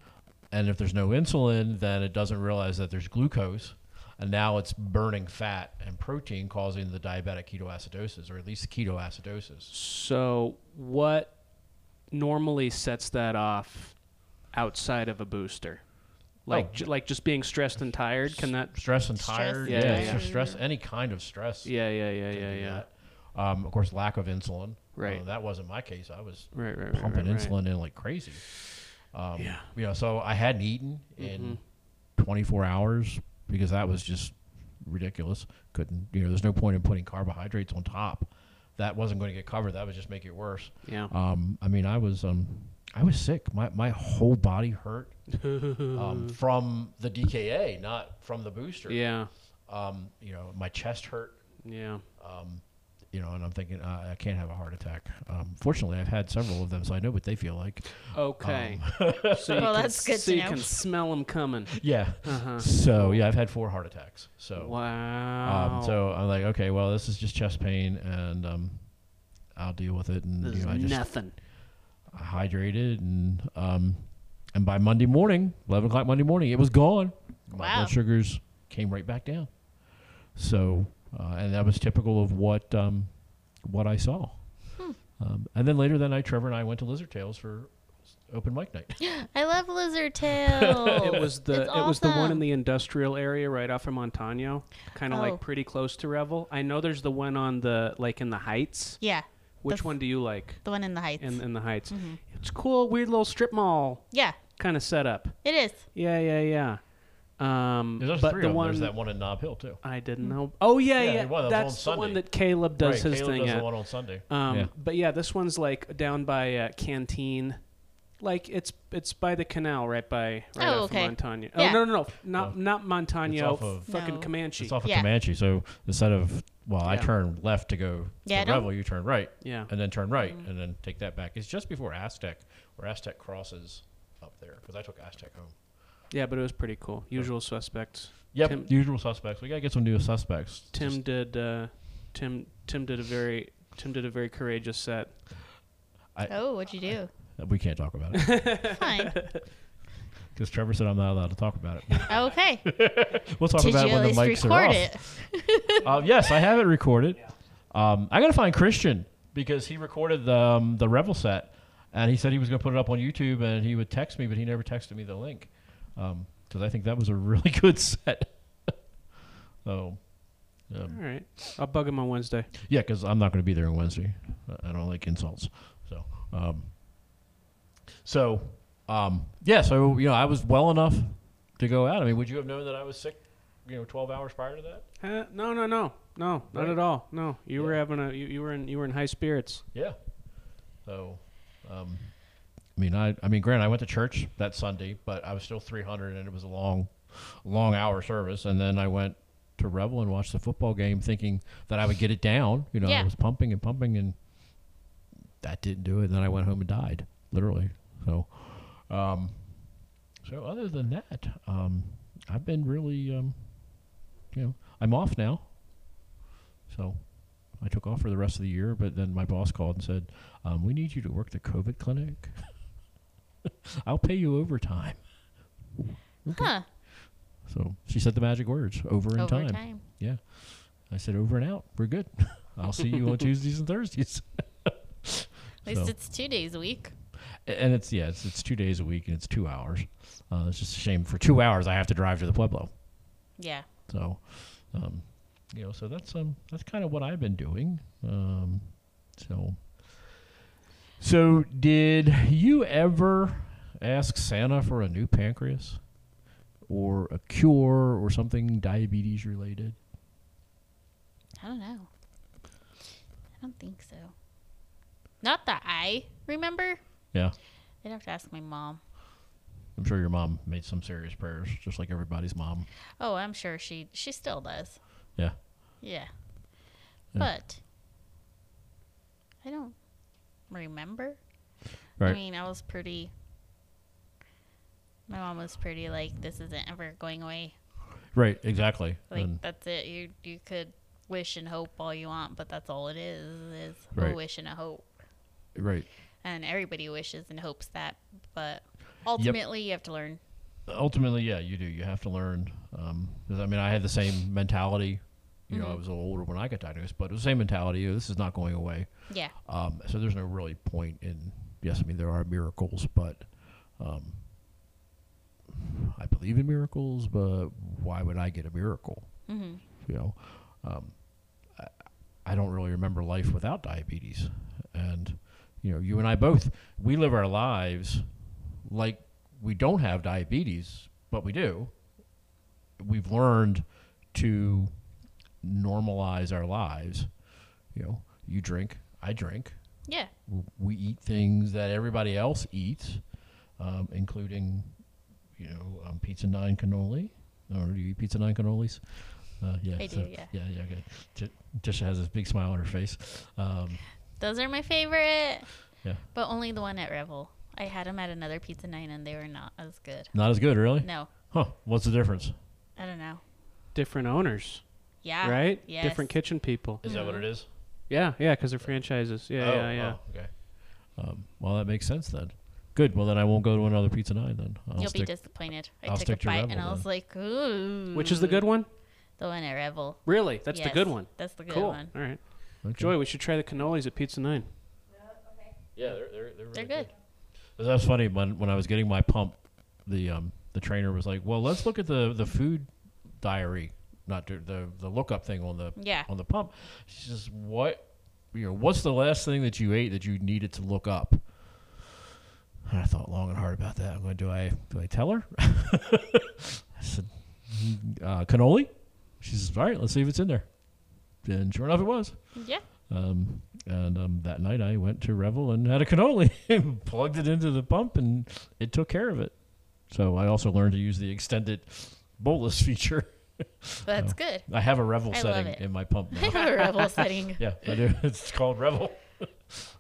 Speaker 1: and if there's no insulin, then it doesn't realize that there's glucose. And now it's burning fat and protein causing the diabetic ketoacidosis, or at least ketoacidosis.
Speaker 2: So what normally sets that off outside of a booster? Like
Speaker 1: Oh.
Speaker 2: ju- like just being stressed and tired can that
Speaker 1: Stress and
Speaker 3: Stress,
Speaker 1: tired,
Speaker 2: yeah,
Speaker 1: yeah,
Speaker 2: yeah.
Speaker 1: so stress, any kind of stress.
Speaker 2: Yeah, yeah, yeah,
Speaker 1: can
Speaker 2: yeah,
Speaker 1: do
Speaker 2: yeah.
Speaker 1: that. Um, of course, lack of insulin.
Speaker 2: Right.
Speaker 1: Uh, that wasn't my case. I was
Speaker 2: Right, right, right.
Speaker 1: pumping
Speaker 2: right, right.
Speaker 1: insulin in like crazy. Um,
Speaker 2: Yeah. Mm-hmm.
Speaker 1: You know, so I hadn't eaten in 24 hours because that was just ridiculous. Couldn't, you know, there's no point in putting carbohydrates on top. That wasn't going to get covered. That would just make it worse.
Speaker 2: Yeah.
Speaker 1: Um, I mean, I was, um, I was sick. My, my whole body hurt um, from the DKA, not from the booster.
Speaker 2: Yeah.
Speaker 1: Um, you know, my chest hurt
Speaker 2: Yeah.
Speaker 1: um, you know, and I'm thinking uh, I can't have a heart attack. Um, fortunately, I've had several of them, so I know what they feel like.
Speaker 2: Okay.
Speaker 1: Um,
Speaker 2: so you
Speaker 3: Well,
Speaker 2: can,
Speaker 3: that's good to
Speaker 2: so you
Speaker 3: know.
Speaker 2: can smell them coming.
Speaker 1: Yeah.
Speaker 2: Uh-huh.
Speaker 1: So yeah, I've had four heart attacks. So
Speaker 2: Wow.
Speaker 1: um, so I'm like, okay, well, this is just chest pain, and um, I'll deal with it. And
Speaker 2: this
Speaker 1: you
Speaker 2: is
Speaker 1: know, I just
Speaker 2: nothing.
Speaker 1: hydrated, and um, and by Monday morning, 11 o'clock Monday morning, it was gone. My
Speaker 3: Wow.
Speaker 1: blood sugars came right back down. So uh, and that was typical of what um, what I saw.
Speaker 3: Hmm.
Speaker 1: Um, and then later that night, Trevor and I went to Lizard Tales for s- open mic night.
Speaker 3: I love lizard tail.
Speaker 2: It was the
Speaker 3: It's
Speaker 2: it was the one in
Speaker 3: awesome.
Speaker 2: the industrial area right off of Montano, kind of
Speaker 3: Oh.
Speaker 2: like pretty close to Revel. I know there's the one on the like in the Heights.
Speaker 3: yeah,
Speaker 2: Which
Speaker 3: f- Mm-hmm.
Speaker 2: one do you like?
Speaker 3: the one in the heights.
Speaker 2: In in the Heights, it's cool, weird little strip mall
Speaker 3: yeah,
Speaker 2: kind of setup.
Speaker 3: it is.
Speaker 2: Yeah, yeah, yeah. Um,
Speaker 1: There's
Speaker 2: but
Speaker 1: three
Speaker 2: the
Speaker 1: of them.
Speaker 2: one
Speaker 1: There's that one in Knob Hill too.
Speaker 2: I didn't
Speaker 3: Mm-hmm.
Speaker 2: know. Oh yeah,
Speaker 1: Yeah,
Speaker 2: yeah.
Speaker 1: the one that's
Speaker 2: That's
Speaker 1: on
Speaker 2: the one
Speaker 1: Sunday.
Speaker 2: that Caleb does
Speaker 1: right,
Speaker 2: his
Speaker 1: Caleb
Speaker 2: thing
Speaker 1: does
Speaker 2: at.
Speaker 1: the one on Sunday.
Speaker 3: Oh,
Speaker 2: Um,
Speaker 1: Yeah.
Speaker 2: But yeah, this one's like down by uh, Canteen, like it's it's by the canal, right by right
Speaker 3: Oh,
Speaker 2: off
Speaker 3: okay.
Speaker 2: of Montano.
Speaker 3: Yeah.
Speaker 2: Oh no, no, no, not not
Speaker 1: It's
Speaker 2: Montano,
Speaker 1: off of-
Speaker 2: fucking
Speaker 3: No.
Speaker 2: Comanche.
Speaker 1: It's off of
Speaker 3: Yeah.
Speaker 1: Comanche. So instead of well, I
Speaker 2: Yeah.
Speaker 1: turn left to go
Speaker 3: Yeah, I
Speaker 1: to
Speaker 3: don't-
Speaker 1: Revel, you turn right.
Speaker 2: yeah,
Speaker 1: and then turn right
Speaker 3: Mm-hmm.
Speaker 1: and then take that back. It's just before Aztec, where Aztec crosses up there because I took Aztec home.
Speaker 2: yeah, but it was pretty cool. Usual suspects.
Speaker 1: Yep,
Speaker 2: Tim-
Speaker 1: usual suspects. We gotta get some new suspects.
Speaker 2: Tim
Speaker 1: Just-
Speaker 2: did uh, Tim Tim did a very Tim did a very courageous set.
Speaker 3: Oh, what'd you do?
Speaker 1: uh, we can't talk about it
Speaker 3: Fine.
Speaker 1: because Trevor said I'm not allowed to talk about it.
Speaker 3: Okay.
Speaker 1: We'll talk
Speaker 3: Did you
Speaker 1: about it
Speaker 3: at
Speaker 1: when the mics
Speaker 3: least record
Speaker 1: are
Speaker 3: it?
Speaker 1: off. Uh, yes, I have it recorded. Um, I gotta find Christian because he recorded the um, the Revel set, and he said he was gonna put it up on YouTube, and he would text me, but he never texted me the link because I think that was a really good set. so. Um,
Speaker 2: All right, I'll bug him on Wednesday.
Speaker 1: Yeah, because I'm not going to be there on Wednesday. I- I don't like insults. So, um, so um, yeah. So you know, I was well enough to go out. I mean, would you have known that I was sick? You know, 12 hours prior to that.
Speaker 2: Uh, no, no, no, no, not
Speaker 1: Right.
Speaker 2: at all. No, you were
Speaker 1: Yeah.
Speaker 2: having a you, you were in you were in high spirits.
Speaker 1: Yeah. So, um, I mean, I, I mean, granted, I went to church that Sunday, but I was still 300, and it was a long, long hour service. And then I went to Revel and watched the football game, thinking that I would get it down. You know, I
Speaker 3: Yeah.
Speaker 1: was pumping and pumping, and that didn't do it. And then I went home and died, literally. So, um, so other than that, um, I've been really, um, you know, I'm off now. So I took off for the rest of the year, but then my boss called and said, um, "We need you to work the COVID clinic. I'll pay you overtime."
Speaker 3: Huh.
Speaker 1: So she said the magic words: over and
Speaker 3: Over
Speaker 1: time.
Speaker 3: time.
Speaker 1: I said, "Over and out. We're good. I'll see you on Tuesdays and Thursdays."
Speaker 3: At least
Speaker 1: So-
Speaker 3: it's two days a week.
Speaker 1: A- and it's yeah, it's, it's two days a week and it's two hours. Uh, it's just a shame for two hours I have to drive to the pueblo.
Speaker 3: Yeah.
Speaker 1: So, um, you know, so that's um, that's kind of what I've been doing. Um, so, so did you ever ask Santa for a new pancreas, or a cure, or something diabetes related?
Speaker 3: I don't know. I don't think so. Not that I remember.
Speaker 1: Yeah,
Speaker 3: I'd have to ask my mom.
Speaker 1: I'm sure your mom made some serious prayers, just like everybody's mom.
Speaker 3: Oh, I'm sure she she still does.
Speaker 1: Yeah.
Speaker 3: Yeah.
Speaker 1: Yeah.
Speaker 3: But I don't remember. I
Speaker 1: Right.
Speaker 3: mean, I was pretty my mom was pretty like this isn't ever going away.
Speaker 1: Right. Exactly.
Speaker 3: Like
Speaker 1: And-
Speaker 3: that's it. You you could wish and hope all you want, but that's all it is is
Speaker 1: Right.
Speaker 3: a wish and a hope.
Speaker 1: right.
Speaker 3: And everybody wishes and hopes that, but ultimately you have to learn.
Speaker 1: ultimately, yeah, you do. You have to learn. Um, 'cause, I mean, I had the same mentality. You know, I was a little older when I got diagnosed, but it was the same mentality. "Oh, This is not going away.
Speaker 3: Yeah.
Speaker 1: Um, so there's no really point in. Yes, I mean there are miracles, but um, I believe in miracles.
Speaker 3: Mm-hmm.
Speaker 1: But why would I get a miracle?
Speaker 3: Mhm.
Speaker 1: You know, um, I, I don't really remember life without diabetes. And, you know, you and I both, we live our lives like we don't have diabetes, but we do. We've learned to normalize our lives. You know, you drink, I drink,
Speaker 3: Yeah.
Speaker 1: w- we eat things that everybody else eats, um, including, you know, um, pizza nine cannoli. Or do you eat pizza nine cannolis? Uh, yeah,
Speaker 3: I
Speaker 1: so-
Speaker 3: do, yeah.
Speaker 1: yeah, yeah. Good. J- Tisha has this big smile on her face. Um,
Speaker 3: Those are my favorite.
Speaker 1: Yeah.
Speaker 3: But only the one at Revel. I had them at another Pizza Nine and they were not as good.
Speaker 1: not as good, really.
Speaker 3: No,
Speaker 1: Huh? What's the difference?
Speaker 3: I don't know.
Speaker 2: Different owners,
Speaker 3: Yeah.
Speaker 2: right?
Speaker 3: Ah, Yes.
Speaker 2: Different kitchen people.
Speaker 1: Is that what it is?
Speaker 2: Yeah, yeah, because they're franchises. Yeah,
Speaker 1: oh,
Speaker 2: yeah, yeah.
Speaker 1: oh, okay. Um, well, that makes sense then. Good. Well, then I won't go to another pizza nine then. I'll
Speaker 3: You'll be
Speaker 1: stick-
Speaker 3: disappointed. I
Speaker 1: I'll
Speaker 3: took
Speaker 1: stick
Speaker 3: a
Speaker 1: to
Speaker 3: bite
Speaker 1: Revel
Speaker 3: and I was
Speaker 1: then.
Speaker 3: like, ooh.
Speaker 2: Which is the good one?
Speaker 3: The one at Revel.
Speaker 2: Really? That's the
Speaker 3: Mm. Yes,
Speaker 2: good one.
Speaker 3: That's the good
Speaker 2: cool.
Speaker 3: one.
Speaker 2: All right.
Speaker 1: okay.
Speaker 2: Joy, we should try the cannolis at Pizza Nine.
Speaker 1: Yeah, they're they're, they're,
Speaker 3: They're
Speaker 1: really
Speaker 3: good.
Speaker 1: That was funny when when I was getting my pump, the um the trainer was like, "Well, let's look at the the food diary, not the the, the lookup thing on the
Speaker 3: Yeah.
Speaker 1: on the pump." She says, "What, you know, what's the last thing that you ate that you needed to look up?" And I thought long and hard about that. I'm going, "Do I do I tell her?" I said, uh, "Cannoli." She says, "All right, let's see if it's in there." And sure enough, it was.
Speaker 3: Yeah.
Speaker 1: Um, and um, that night I went to Revel and had a cannoli, plugged it into the pump, and it took care of it. So I also learned to use the extended bolus feature.
Speaker 3: That's
Speaker 1: Oh.
Speaker 3: good.
Speaker 1: I have a Revel
Speaker 3: I love
Speaker 1: setting
Speaker 3: it.
Speaker 1: in my pump
Speaker 3: I
Speaker 1: now.
Speaker 3: have a Revel setting.
Speaker 1: yeah, I do. It's called Revel.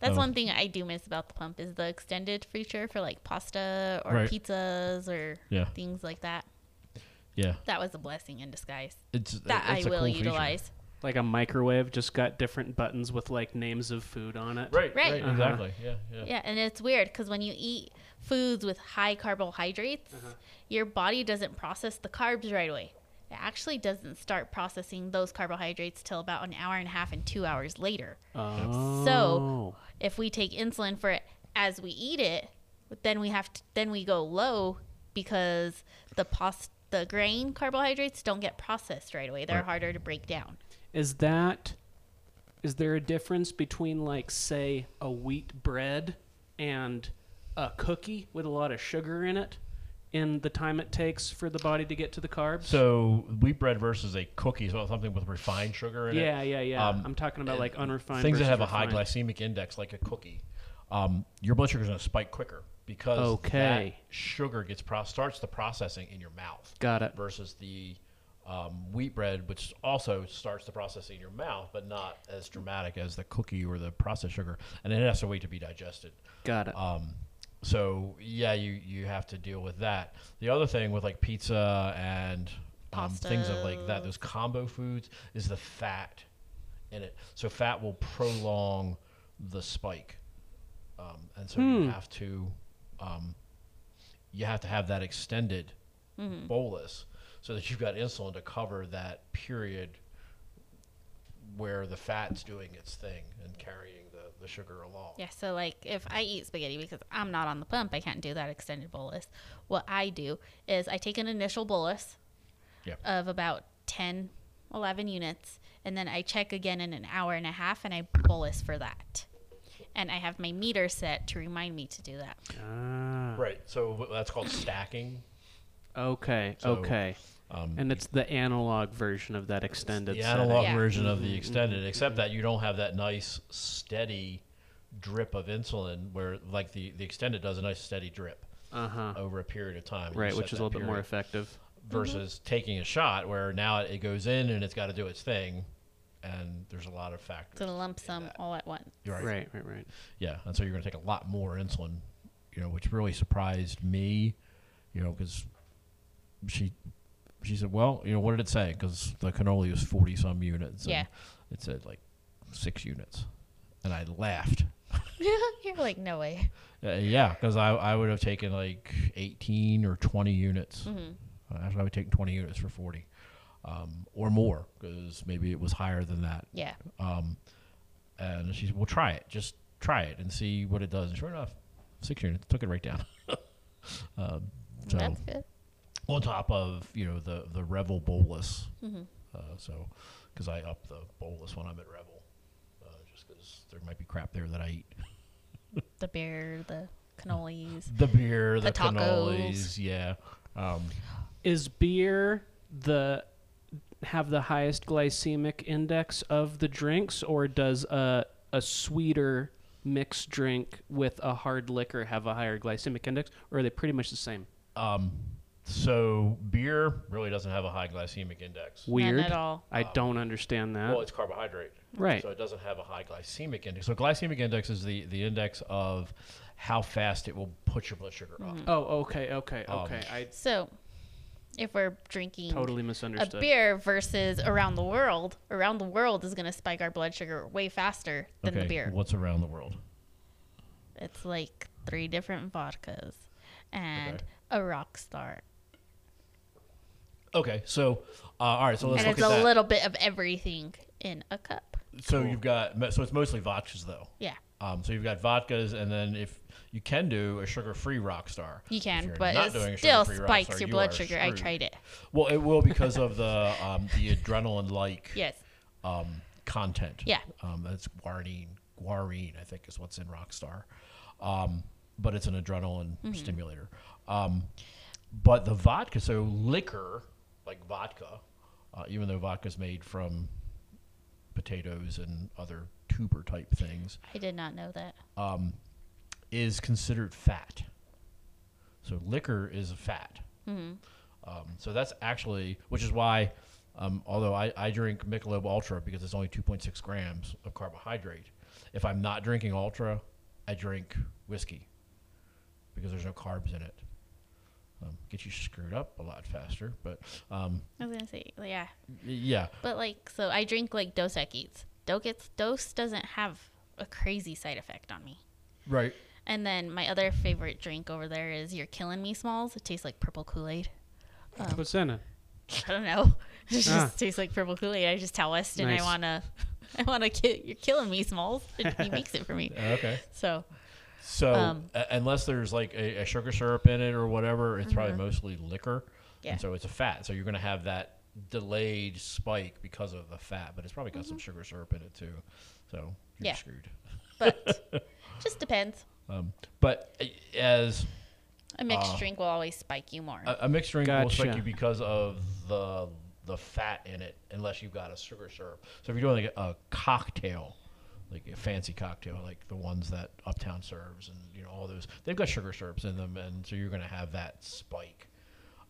Speaker 3: That's
Speaker 1: Oh.
Speaker 3: one thing I do miss about the pump is the extended feature for like pasta or
Speaker 1: Right.
Speaker 3: pizzas or
Speaker 1: Yeah,
Speaker 3: things like that.
Speaker 1: yeah.
Speaker 3: That was a blessing in disguise.
Speaker 1: It's uh,
Speaker 3: That
Speaker 1: it's
Speaker 3: I
Speaker 1: a
Speaker 3: will
Speaker 1: cool feature.
Speaker 3: utilize.
Speaker 2: Like a microwave, just got different buttons with like names of food on it.
Speaker 1: Right,
Speaker 3: Right.
Speaker 1: right,
Speaker 3: Uh-huh.
Speaker 1: exactly. Yeah, yeah.
Speaker 3: Yeah, and it's weird because when you eat foods with high carbohydrates, your body doesn't process the carbs right away. It actually doesn't start processing those carbohydrates till about an hour and a half and two hours later.
Speaker 2: Oh.
Speaker 3: So- If we take insulin for it as we eat it, then we have to, then we go low because the pos the grain carbohydrates don't get processed right away. They're
Speaker 1: Right.
Speaker 3: harder to break down.
Speaker 2: is that is there a difference between like say a wheat bread and a cookie with a lot of sugar in it in the time it takes for the body to get to the carbs?
Speaker 1: So wheat bread versus a cookie, so something with refined sugar in it.
Speaker 2: yeah, yeah, yeah.
Speaker 1: Um,
Speaker 2: I'm talking about like unrefined
Speaker 1: things that
Speaker 2: versus
Speaker 1: have a high
Speaker 2: refined.
Speaker 1: glycemic index, like a cookie, um, your blood sugar's going to spike quicker because
Speaker 2: Okay.
Speaker 1: that sugar gets pro- starts the processing in your mouth
Speaker 2: Got it.
Speaker 1: versus the um, wheat bread, which also starts the processing in your mouth, but not as dramatic as the cookie or the processed sugar, and it has to wait to be digested.
Speaker 2: Got it.
Speaker 1: Um, so yeah, you you have to deal with that. The other thing with like pizza and um, things of like that, those combo foods, is the fat in it. So fat will prolong the spike, um, and so you have to um, you have to have that extended bolus so that you've got insulin to cover that period where the fat's doing its thing and carrying the, the sugar along.
Speaker 3: Yeah, so like if I eat spaghetti because I'm not on the pump, I can't do that extended bolus. What I do is I take an initial bolus
Speaker 1: Yeah.
Speaker 3: of about 10, 11 units, and then I check again in an hour and a half and I bolus for that. And I have my meter set to remind me to do that.
Speaker 2: Ah.
Speaker 1: Right. So w- that's called stacking.
Speaker 2: Okay,
Speaker 1: So,
Speaker 2: okay.
Speaker 1: Um,
Speaker 2: And it's the analog version of that extended
Speaker 1: the
Speaker 2: setting.
Speaker 1: analog
Speaker 3: Yeah.
Speaker 1: version of
Speaker 2: Mm-hmm.
Speaker 1: the extended, except that you don't have that nice steady drip of insulin where like the, the extended does a nice steady drip
Speaker 2: Uh-huh.
Speaker 1: over a period of time. You
Speaker 2: Right,
Speaker 1: set
Speaker 2: which is
Speaker 1: that
Speaker 2: a little bit more mm-hmm.
Speaker 1: period
Speaker 2: effective.
Speaker 1: versus taking a shot where now it, it goes in and it's got to do its thing and there's a lot of
Speaker 3: It's a
Speaker 1: factors.
Speaker 3: lump sum all at once.
Speaker 1: You're right.
Speaker 2: Right, right, right.
Speaker 1: Yeah, and so you're going to take a lot more insulin, you know, which really surprised me, you know, because she she said, well, you know, what did it say? Because the cannoli was forty some units. and
Speaker 3: Yeah.
Speaker 1: it said like six units, and I laughed.
Speaker 3: You're like, no way.
Speaker 1: Uh, yeah, because I I would have taken like eighteen or twenty units. Uh, Actually, I would take twenty units for forty, um, or more, because maybe it was higher than that.
Speaker 3: Yeah.
Speaker 1: Um, and she said, "Well, try it. Just try it and see what it does." And sure enough, six units took it right down. um, so
Speaker 3: That's good.
Speaker 1: on top of you know
Speaker 3: Mm-hmm.
Speaker 1: the the Revel bolus, uh, so because I up the bolus when I'm at Revel, because there might be crap there that I eat.
Speaker 3: The beer, the cannolis.
Speaker 1: The beer, the,
Speaker 3: The tacos.
Speaker 1: cannolis, yeah. Um,
Speaker 2: Is beer the have the highest glycemic index of the drinks, or does a a sweeter mixed drink with a hard liquor have a higher glycemic index, or are they pretty much the same?
Speaker 1: um, so beer really doesn't have a high glycemic index.
Speaker 2: Weird.
Speaker 3: None at all.
Speaker 2: I don't understand that.
Speaker 1: Well, it's carbohydrate.
Speaker 2: Right.
Speaker 1: So it doesn't have a high glycemic index. So glycemic index is the, the index of how fast it will put your blood sugar up.
Speaker 2: oh, okay, okay,
Speaker 1: Um,
Speaker 2: okay. I
Speaker 3: So, if we're drinking
Speaker 2: totally
Speaker 3: a
Speaker 2: misunderstood.
Speaker 3: beer versus around the world, around the world is going to spike our blood sugar way faster than
Speaker 1: okay,
Speaker 3: the beer.
Speaker 1: what's around the world?
Speaker 3: It's like three different vodkas and
Speaker 1: Okay.
Speaker 3: a rock star.
Speaker 1: Okay, so uh, all right, so let's
Speaker 3: and
Speaker 1: look
Speaker 3: it's
Speaker 1: at
Speaker 3: a
Speaker 1: that.
Speaker 3: little bit of everything in a cup.
Speaker 1: so you've got so it's mostly vodkas though.
Speaker 3: Yeah.
Speaker 1: Um, so you've got vodkas, and then if you can do a sugar-free rock star,
Speaker 3: You
Speaker 1: If
Speaker 3: can,
Speaker 1: you're
Speaker 3: but
Speaker 1: not
Speaker 3: it
Speaker 1: doing a
Speaker 3: still
Speaker 1: sugar-free rock
Speaker 3: spikes
Speaker 1: star,
Speaker 3: your
Speaker 1: you
Speaker 3: blood
Speaker 1: are
Speaker 3: sugar. I
Speaker 1: screwed.
Speaker 3: tried it.
Speaker 1: Well, it will because of the um, the adrenaline-like
Speaker 3: Yes.
Speaker 1: um, content.
Speaker 3: Yeah.
Speaker 1: Um, that's guarine. Guarine, I think, is what's in Rockstar. Um, but it's an adrenaline stimulator. Um, but the vodka, so liquor, like vodka, uh, even though vodka's made from potatoes and other tuber type things,
Speaker 3: I did not know that.
Speaker 1: is considered fat. So liquor is a fat. Um, so that's actually, which is why, um, although I, I drink Michelob Ultra because it's only 2.6 grams of carbohydrate. If I'm not drinking Ultra, I drink whiskey because there's no carbs in it. Um, get you screwed up a lot faster, but um,
Speaker 3: I was going to say, yeah.
Speaker 1: y- yeah,
Speaker 3: But like, so I drink like Dos Equis. Dos, gets, Dos doesn't have a crazy side effect on me.
Speaker 1: right.
Speaker 3: And then my other favorite drink over there is You're Killing Me Smalls. It tastes like purple Kool Aid.
Speaker 2: What's in it?
Speaker 3: I don't know. It just
Speaker 2: Ah.
Speaker 3: tastes like purple Kool Aid. I just tell Weston
Speaker 2: Nice.
Speaker 3: I wanna, I wanna kill. You're killing me, Smalls. And he makes it for me.
Speaker 1: Uh, Okay.
Speaker 3: So
Speaker 1: So
Speaker 3: Um,
Speaker 1: a- unless there's like a, a sugar syrup in it or whatever, it's probably mostly liquor.
Speaker 3: Mm-hmm. Yeah.
Speaker 1: And so it's a fat. So you're going to have that delayed spike because of the fat, but it's probably got some sugar syrup in it too. So you're
Speaker 3: Mm-hmm. Yeah.
Speaker 1: screwed.
Speaker 3: but just depends.
Speaker 1: Um, but a- as
Speaker 3: A
Speaker 1: Ah.
Speaker 3: mixed drink will always spike you more.
Speaker 1: a, a mixed drink will spike
Speaker 2: Gotcha.
Speaker 1: you because of the the fat in it, unless you've got a sugar syrup. So if you're doing like a cocktail, like a fancy cocktail, like the ones that Uptown serves, and you know all those, they've got sugar syrups in them, and so you're going to have that spike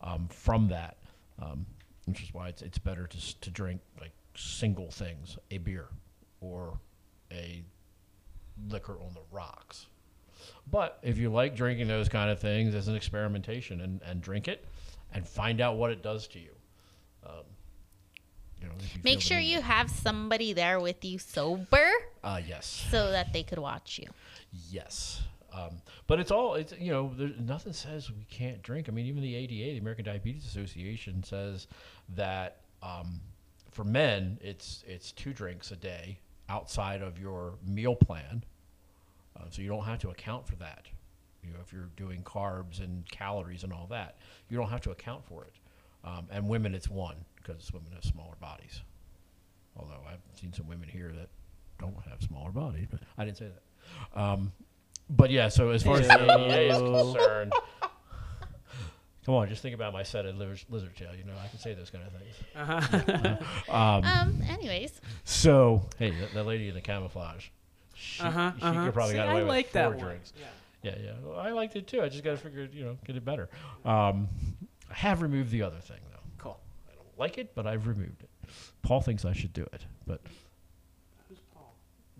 Speaker 1: um, from that, um, which is why it's it's better to s- to drink like single things, a beer or a liquor on the rocks. But if you like drinking those kind of things as an experimentation and, and drink it and find out what it does to you. Um, you know, if you feel
Speaker 3: Make
Speaker 1: the
Speaker 3: sure
Speaker 1: need-
Speaker 3: you have somebody there with you sober
Speaker 1: Uh, yes.
Speaker 3: so that they could watch you.
Speaker 1: Yes. Um, but it's all, it's, you know, there, nothing says we can't drink. I mean, even the ADA, the American Diabetes Association, says that um, for men, it's, it's two drinks a day outside of your meal plan. Uh, so you don't have to account for that. You know, if you're doing carbs and calories and all that, you don't have to account for it. Um, and women, it's one because women have smaller bodies. Although I've seen some women here that don't have smaller bodies, but I didn't say that. Um, but yeah, so as far as the ADA is concerned, come on, just think about my set of lizard, lizard tail. You know, I can say those kind of things.
Speaker 2: Uh-huh,
Speaker 3: Um. Anyways,
Speaker 1: So hey, that, that lady in the camouflage, she,
Speaker 2: Uh-huh,
Speaker 1: she
Speaker 2: uh-huh.
Speaker 1: could probably
Speaker 2: See,
Speaker 1: got
Speaker 2: I
Speaker 1: away with
Speaker 2: like
Speaker 1: four
Speaker 2: that one.
Speaker 1: drinks. Yeah, yeah. Well, I liked it too. I just got to figure, it, you know, get it better. Um, I have removed the other thing though.
Speaker 2: Cool.
Speaker 1: I don't like it, but I've removed it. Paul thinks I should do it, but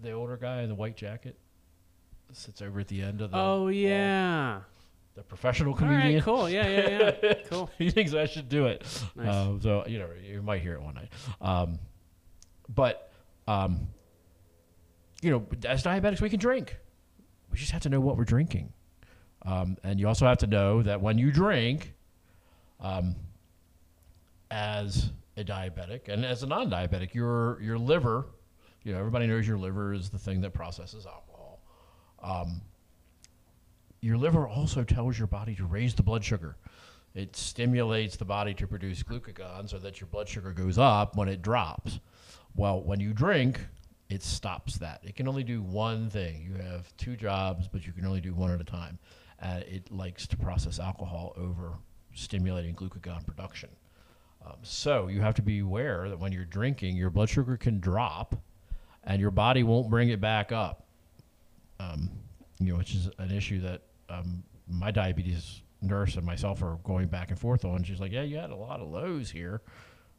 Speaker 1: the older guy in the white jacket sits over at the end of the
Speaker 2: Oh yeah.
Speaker 1: the professional
Speaker 2: All
Speaker 1: comedian.
Speaker 2: right. Cool. Yeah. Yeah. Yeah. Cool.
Speaker 1: he thinks I should do it.
Speaker 2: Nice.
Speaker 1: Um, so you know, you might hear it one night. Um, but um, you know, as diabetics, we can drink. We just have to know what we're drinking, um, and you also have to know that when you drink, um, as a diabetic and as a non-diabetic, your your liver, you know, everybody knows your liver is the thing that processes alcohol. Um, your liver also tells your body to raise the blood sugar. It stimulates the body to produce glucagon so that your blood sugar goes up when it drops. Well, when you drink, it stops that. It can only do one thing. You have two jobs, but you can only do one at a time. Uh, it likes to process alcohol over stimulating glucagon production. Um, so you have to be aware that when you're drinking, your blood sugar can drop, and your body won't bring it back up. Um, you know, which is an issue that um, my diabetes nurse and myself are going back and forth on. She's like, "Yeah, you had a lot of lows here."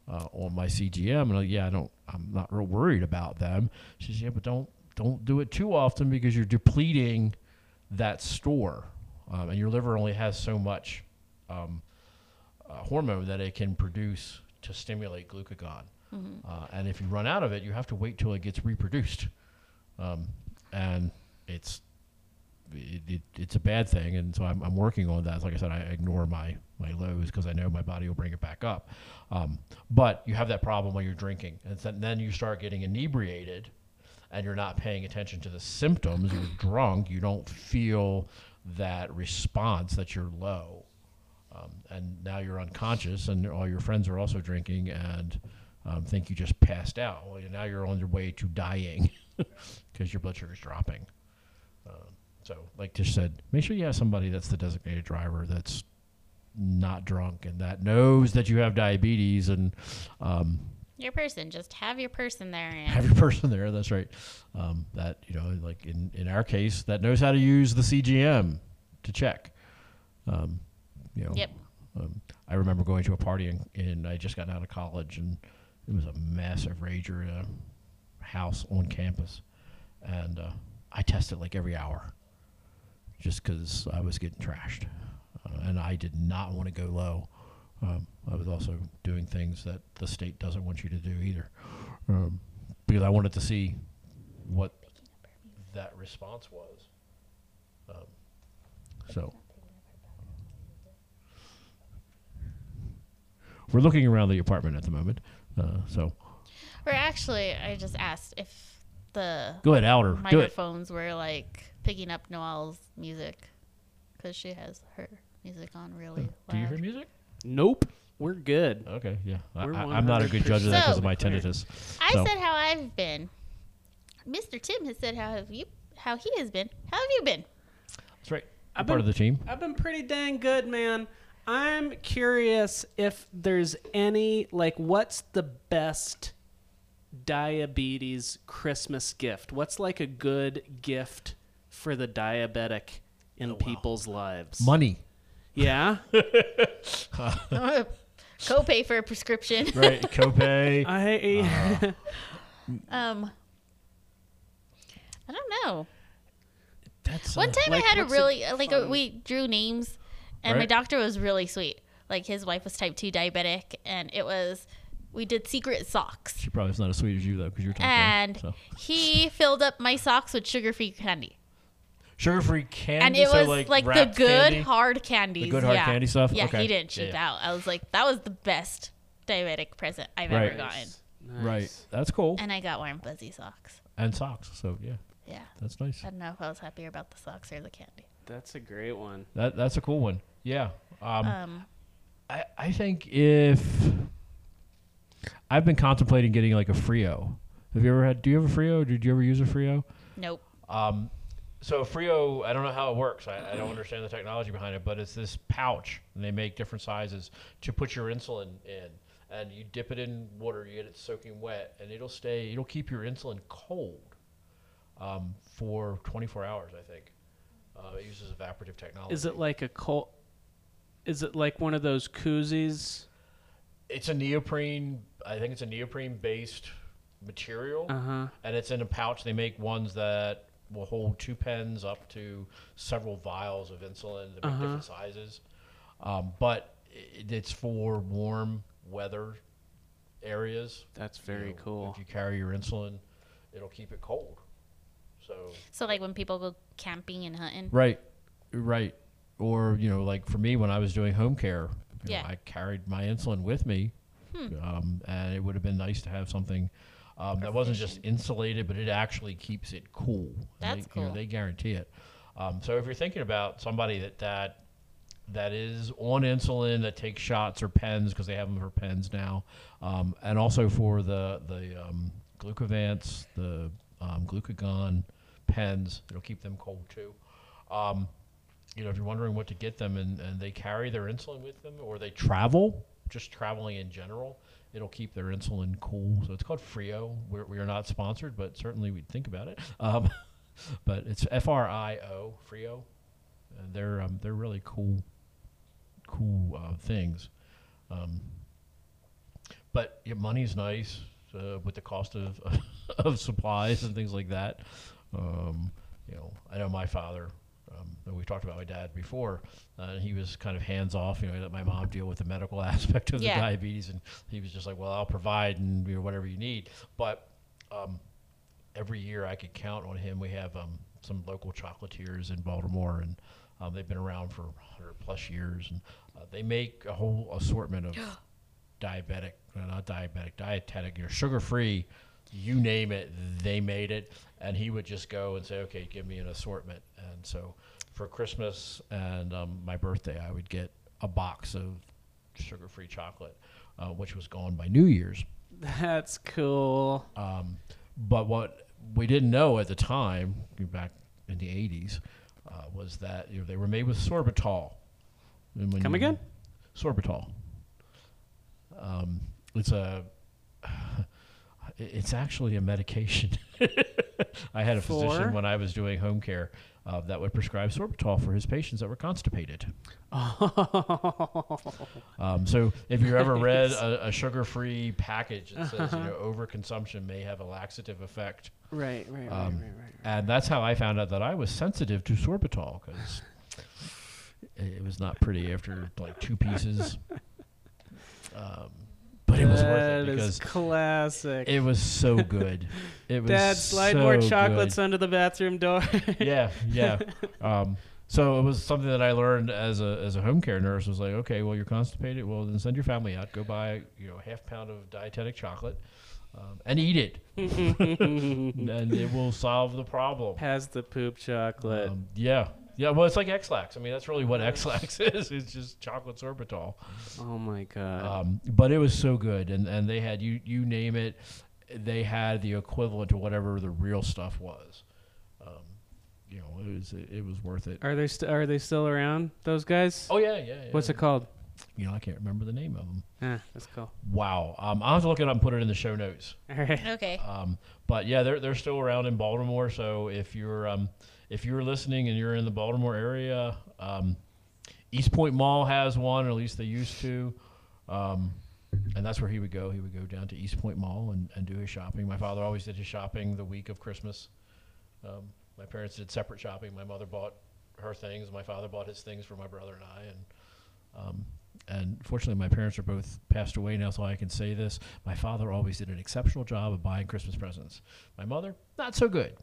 Speaker 1: uh, on my CGM, and I'm like, yeah, I don't, I'm not real worried about them. She says, yeah, but don't don't do it too often because you're depleting that store, um, and your liver only has so much um, uh, hormone that it can produce to stimulate glucagon, uh, and if you run out of it, you have to wait till it gets reproduced, um, and it's it, it, it's a bad thing, and so I'm, I'm working on that. Like I said, I ignore my my lows because I know my body will bring it back up. Um, but you have that problem when you're drinking, and so- then you start getting inebriated, and you're not paying attention to the symptoms. You're drunk. You don't feel that response that you're low, um, and now you're unconscious, and all your friends are also drinking and um, think you just passed out. Well, now you're on your way to dying because your blood sugar's dropping. So, like Tish said, make sure you have somebody that's the designated driver that's not drunk and that knows that you have diabetes and um,
Speaker 3: Your person, just have your person there. And
Speaker 1: have your person there. That's right. Um, that you know, like in in our case, that knows how to use the CGM to check. Um, you know,
Speaker 3: Yep.
Speaker 1: um, I remember going to a party and, and I just got out of college and it was a massive rager in a house on campus, and uh, I tested like every hour, just because I was getting trashed, uh, and I did not want to go low. Um, I was also doing things that the state doesn't want you to do either, um, because I wanted to see what that response was. Um, so. We're looking around the apartment at the moment. Uh, so
Speaker 3: Or actually, I just asked if the
Speaker 1: go ahead, Outer. Do it.
Speaker 3: microphones were like picking up Noelle's music because she has her music on really
Speaker 1: Do you
Speaker 3: loud.
Speaker 1: hear music?
Speaker 2: Nope, we're good.
Speaker 1: Okay, yeah. I,
Speaker 2: We're
Speaker 1: I, am not a good judge of that because of my
Speaker 2: 100%
Speaker 1: tinnitus.
Speaker 3: I
Speaker 1: So-
Speaker 3: said how I've been. Mr. Tim has said how have you how he has been. How have you been?
Speaker 1: That's right.
Speaker 2: I've
Speaker 1: I'm part of the team.
Speaker 2: I've been pretty dang good, man. I'm curious if there's any like what's the best diabetes Christmas gift? What's like a good gift for the diabetic in people's lives?
Speaker 1: Money.
Speaker 2: yeah.
Speaker 3: Copay for a prescription.
Speaker 1: Right.
Speaker 3: Uh,
Speaker 1: Copay.
Speaker 2: I
Speaker 3: Um I don't know.
Speaker 1: That's
Speaker 3: One
Speaker 1: uh,
Speaker 3: time
Speaker 2: like,
Speaker 3: I had a
Speaker 2: what's a
Speaker 3: really like a,
Speaker 2: fun-
Speaker 3: we drew names, and my
Speaker 1: Right.
Speaker 3: doctor was really sweet. Like his wife was type two diabetic, and it was we did secret socks,
Speaker 1: She probably is not as sweet as you though, because you're
Speaker 3: and
Speaker 1: talking. So.
Speaker 3: he filled up my socks with sugar free candy,
Speaker 1: Sugar-free candy.
Speaker 3: and it
Speaker 1: so
Speaker 3: was
Speaker 1: like,
Speaker 3: like, the
Speaker 1: wrapped
Speaker 3: good
Speaker 1: candy?
Speaker 3: hard candies,
Speaker 1: good hard
Speaker 3: yeah.
Speaker 1: candy stuff?
Speaker 3: Yeah,
Speaker 1: Okay.
Speaker 3: he didn't
Speaker 1: Yeah,
Speaker 3: cheap
Speaker 1: yeah.
Speaker 3: out. I was like, that was the best diabetic present I've
Speaker 1: Right.
Speaker 3: ever gotten,
Speaker 1: Right. That's cool. And,
Speaker 3: and I got warm fuzzy socks.
Speaker 1: socks. So yeah,
Speaker 3: Yeah,
Speaker 1: that's nice.
Speaker 3: I don't know if I was happier about the socks or the candy.
Speaker 2: That's a great one.
Speaker 1: That that's a cool one. Yeah. Um,
Speaker 3: Um,
Speaker 1: I, I think if I've been contemplating getting like a Frio. Have you ever had? Do you have a Frio? Did you ever use a Frio?
Speaker 3: nope.
Speaker 1: Um, so Frio, I don't know how it works. I, I don't understand the technology behind it, but it's this pouch, and they make different sizes to put your insulin in. And you dip it in water, you get it soaking wet, and it'll stay. It'll keep your insulin cold um, for 24 hours, I think. Uh, it uses evaporative technology.
Speaker 2: Is it like a col Is it like one of those koozies?
Speaker 1: It's a neoprene. I think it's a neoprene-based material.
Speaker 2: Uh-huh.
Speaker 1: and it's in a pouch. They make ones that will hold two pens up to several vials of insulin.
Speaker 2: Uh-huh.
Speaker 1: They make different sizes, um, but it, it's for warm weather areas.
Speaker 2: That's
Speaker 1: You
Speaker 2: very
Speaker 1: know,
Speaker 2: cool.
Speaker 1: If you carry your insulin, it'll keep it cold. So
Speaker 3: So like when people go camping and hunting,
Speaker 1: right, right, or you know, like for me when I was doing home care, you know,
Speaker 3: Yeah.
Speaker 1: I carried my insulin with me,
Speaker 3: Hmm.
Speaker 1: um, and it would have been nice to have something. Um, that wasn't just insulated, but it actually keeps it cool. And
Speaker 3: That's
Speaker 1: they, you know,
Speaker 3: cool.
Speaker 1: they guarantee it. Um, so if you're thinking about somebody that that that is on insulin that takes shots or pens because they have them for pens now, um, and also for the the um, glucovants, the um, glucagon pens. It'll keep them cold too. Um, you know, if you're wondering what to get them, and, and they carry their insulin with them, or they travel, just traveling in general, it'll keep their insulin cool. So it's called Frio. We're, we are not sponsored, but certainly we'd think about it. Um, but it's F R I O, Frio. And they're um, they're really cool, cool uh, things. Um, but yeah, money's nice uh, with the cost of of supplies and things like that. Um, you know, I know my father. Um, and we talked about my dad before. Uh, he was kind of hands off. You know, he let my mom deal with the medical aspect of
Speaker 3: Yeah.
Speaker 1: the diabetes, and he was just like, "Well, I'll provide and you know, whatever you need." But um, every year I could count on him. We have um, some local chocolatiers in Baltimore, and um, they've been around for 100 plus years, and uh, they make a whole assortment of diabetic, no, not diabetic, dietetic, you know, sugar free, you name it, they made it. And he would just go and say, okay, give me an assortment. And so for Christmas and um, my birthday, I would get a box of sugar free chocolate, uh, which was gone by New Year's.
Speaker 2: That's cool.
Speaker 1: Um, but what we didn't know at the time, back in the '80s, uh, was that you know, they were made with sorbitol. And when
Speaker 2: Come
Speaker 1: you-
Speaker 2: again?
Speaker 1: Sorbitol. Um, it's a. It's actually a medication. I had a
Speaker 2: For?
Speaker 1: physician when I was doing home care uh, that would prescribe sorbitol for his patients that were constipated. Um, so if you've ever read a, a sugar-free package that says you know overconsumption may have a laxative effect,
Speaker 2: right, right, right,
Speaker 1: Um,
Speaker 2: right, right.
Speaker 1: and that's how I found out that I was sensitive to sorbitol because it was not pretty after like two pieces. Um, but it was worth
Speaker 2: That
Speaker 1: it
Speaker 2: is
Speaker 1: because
Speaker 2: classic.
Speaker 1: it was so good. It was
Speaker 2: Dad, slide more
Speaker 1: so
Speaker 2: chocolates
Speaker 1: good.
Speaker 2: under the bathroom door.
Speaker 1: yeah, yeah. Um, so it was something that I learned as a as a home care nurse was like, okay, well you're constipated, well then send your family out, go buy you know a half pound of dietetic chocolate, um, and eat it, and it will solve the problem.
Speaker 2: Has the poop chocolate.
Speaker 1: Um, yeah, yeah. Well, it's like X-Lax. I mean, that's really what X-Lax is. It's just chocolate sorbitol.
Speaker 2: oh my god.
Speaker 1: Um, but it was so good, and and they had you you name it, they had the equivalent to whatever the real stuff was. Um, you know, it was it, was worth it.
Speaker 2: are they st- are they still around? Those guys?
Speaker 1: Oh yeah, yeah. yeah.
Speaker 2: What's it called?
Speaker 1: You know, I can't remember the name of them.
Speaker 2: Ah, that's cool.
Speaker 1: Wow. Um, I'll have to look it up and put it in the show notes.
Speaker 2: All right.
Speaker 3: Okay.
Speaker 1: Um, but yeah, they're they're still around in Baltimore. So if you're um, if you're listening and you're in the Baltimore area, um, East Point Mall has one, or at least they used to. Um, and that's where he would go. He would go down to East Point Mall and, and do his shopping. My father always did his shopping the week of Christmas. Um, my parents did separate shopping. My mother bought her things. My father bought his things for my brother and I. And um, and fortunately, my parents are both passed away now, so I can say this. My father always did an exceptional job of buying Christmas presents. My mother, not so good.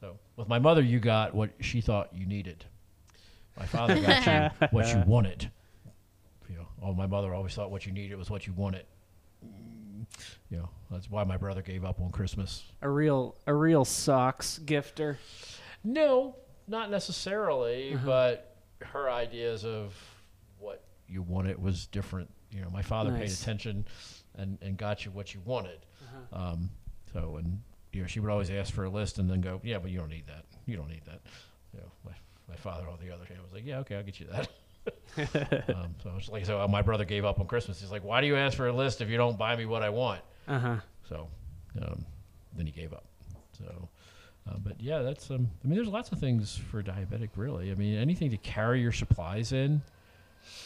Speaker 1: So with my mother, you got what she thought you needed. My father got you what you wanted. You know, oh, my mother always thought what you needed was what you wanted. Mm, You know, that's why my brother gave up on Christmas.
Speaker 2: A real a real socks gifter.
Speaker 1: No, not necessarily, but her ideas of what you wanted was different. You know, my father paid
Speaker 2: Nice.
Speaker 1: attention and, and got you what you wanted.
Speaker 2: Uh-huh.
Speaker 1: Um, so, and, you know, she would always ask for a list and then go, yeah, but you don't need that. You don't need that. You know, my, my father, on the other hand, was like, yeah, okay, I'll get you that. um, so it's like, so my brother gave up on Christmas. He's like, why do you ask for a list if you don't buy me what I want?
Speaker 2: Uh huh.
Speaker 1: So um, then he gave up. So, uh, but yeah, that's. Um, I mean, there's lots of things for a diabetic, really. I mean, anything to carry your supplies in,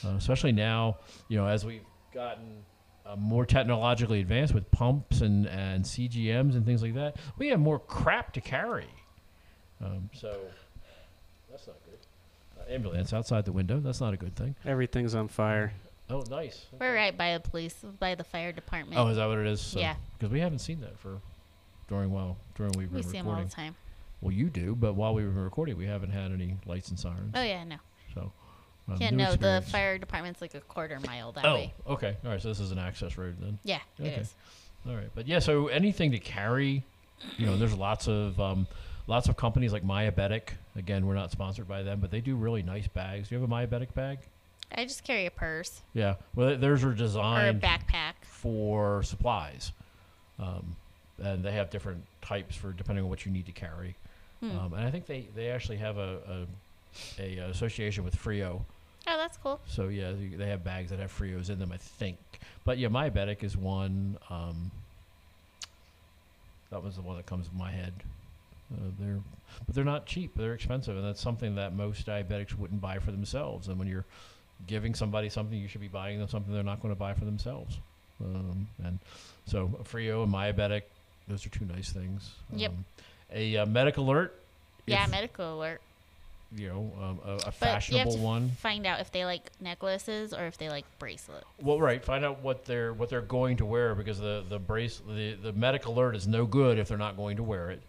Speaker 1: uh, especially now. You know, as we've gotten uh, more technologically advanced with pumps and and CGMs and things like that, we have more crap to carry. Um, so that's not good. Uh, ambulance outside the window. That's not a good thing.
Speaker 2: Everything's on fire.
Speaker 1: Oh, nice.
Speaker 3: We're right by the police, by the fire department.
Speaker 1: Oh, is that what it is?
Speaker 3: Yeah.
Speaker 1: Because we haven't seen that for during while during we were
Speaker 3: we see
Speaker 1: recording.
Speaker 3: them all the time.
Speaker 1: Well, you do, but while we were recording, we haven't had any lights and sirens.
Speaker 3: Oh yeah, no.
Speaker 1: So. um,
Speaker 3: Yeah,
Speaker 1: new
Speaker 3: no. The
Speaker 1: experience.
Speaker 3: fire department's like a quarter mile that
Speaker 1: Oh,
Speaker 3: way.
Speaker 1: okay. All right. So this is an access road then.
Speaker 3: Yeah, it
Speaker 1: Okay.
Speaker 3: is.
Speaker 1: All right, but yeah, so anything to carry, you know, there's lots of um, lots of companies like Myabetic. Again, we're not sponsored by them, but they do really nice bags. Do you have a Myabetic bag?
Speaker 3: I just carry a purse
Speaker 1: Yeah, well, th- theirs are
Speaker 3: or a
Speaker 1: designed
Speaker 3: backpack.
Speaker 1: for supplies. Um, and they have different types for depending on what you need to carry.
Speaker 3: Hmm. Mm.
Speaker 1: Um, and I think they, they actually have a, a, a association with Frio.
Speaker 3: Oh, that's cool.
Speaker 1: So yeah, they they have bags that have Frios in them, I think. But yeah, Diabetic is one. Um, that was the one that comes to my head. Uh, they're, but they're not cheap. They're expensive, and that's something that most diabetics wouldn't buy for themselves. And when you're giving somebody something, you should be buying them something they're not going to buy for themselves. Um, and so, a Frio and Diabetic, those are two nice things.
Speaker 3: Yep.
Speaker 1: Um, a uh, medical alert.
Speaker 3: Yeah,
Speaker 1: if,
Speaker 3: medical alert.
Speaker 1: you know, um, a, a
Speaker 3: But you have
Speaker 1: fashionable
Speaker 3: to
Speaker 1: one.
Speaker 3: find out if they like necklaces or if they like bracelets.
Speaker 1: Well, right. Find out what they're what they're going to wear because the the brace the, the medic alert is no good if they're not going to wear it.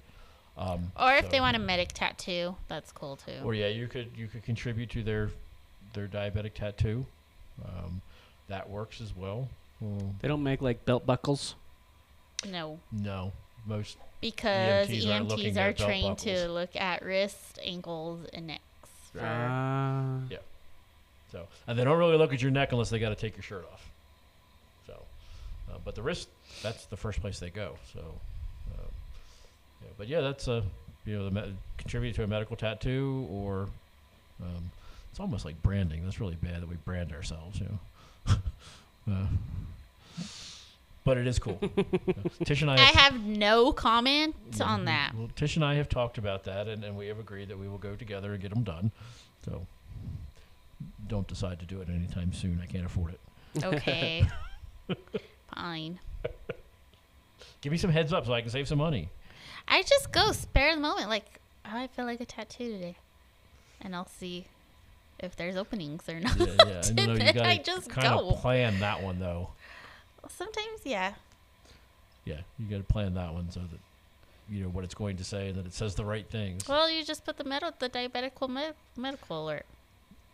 Speaker 1: Um,
Speaker 3: Or if
Speaker 1: so-
Speaker 3: they want a medic tattoo, that's cool too.
Speaker 1: Or yeah, you could you could contribute to their their diabetic tattoo. Um, that works as well. Well,
Speaker 2: They don't make like belt buckles.
Speaker 3: no,
Speaker 1: no, most
Speaker 3: because
Speaker 1: EMTs aren't looking
Speaker 3: EMTs
Speaker 1: at
Speaker 3: are
Speaker 1: belt
Speaker 3: trained to
Speaker 1: buckles.
Speaker 3: look at wrists, ankles, and necks. For,
Speaker 2: Ah.
Speaker 1: so and they don't really look at your neck unless they got to take your shirt off. So, uh, but the wrist that's the first place they go. So, uh, yeah, but yeah, that's a you know the me- contribute to a medical tattoo or um, it's almost like branding. That's really bad that we brand ourselves. You know. uh, but it is cool. Uh, Tish and I
Speaker 3: I have no comment
Speaker 1: Mm-hmm.
Speaker 3: on that.
Speaker 1: Well, Tish and I have talked about that, and, and we have agreed that we will go together and get them done. So don't decide to do it anytime soon. I can't afford it.
Speaker 3: Okay. Fine.
Speaker 1: Give me some heads up so I can save some money.
Speaker 3: I just go spare the moment. Like, oh, I feel like a tattoo today. And I'll see if there's openings or not.
Speaker 1: Yeah, yeah. I know you
Speaker 3: Then I
Speaker 1: got to
Speaker 3: just
Speaker 1: kind
Speaker 3: go.
Speaker 1: of plan that one though.
Speaker 3: Sometimes, yeah.
Speaker 1: Yeah, you got to plan that one so that you know what it's going to say and that it says the right things.
Speaker 3: Well, you just put the med- the diabetical med- medical alert.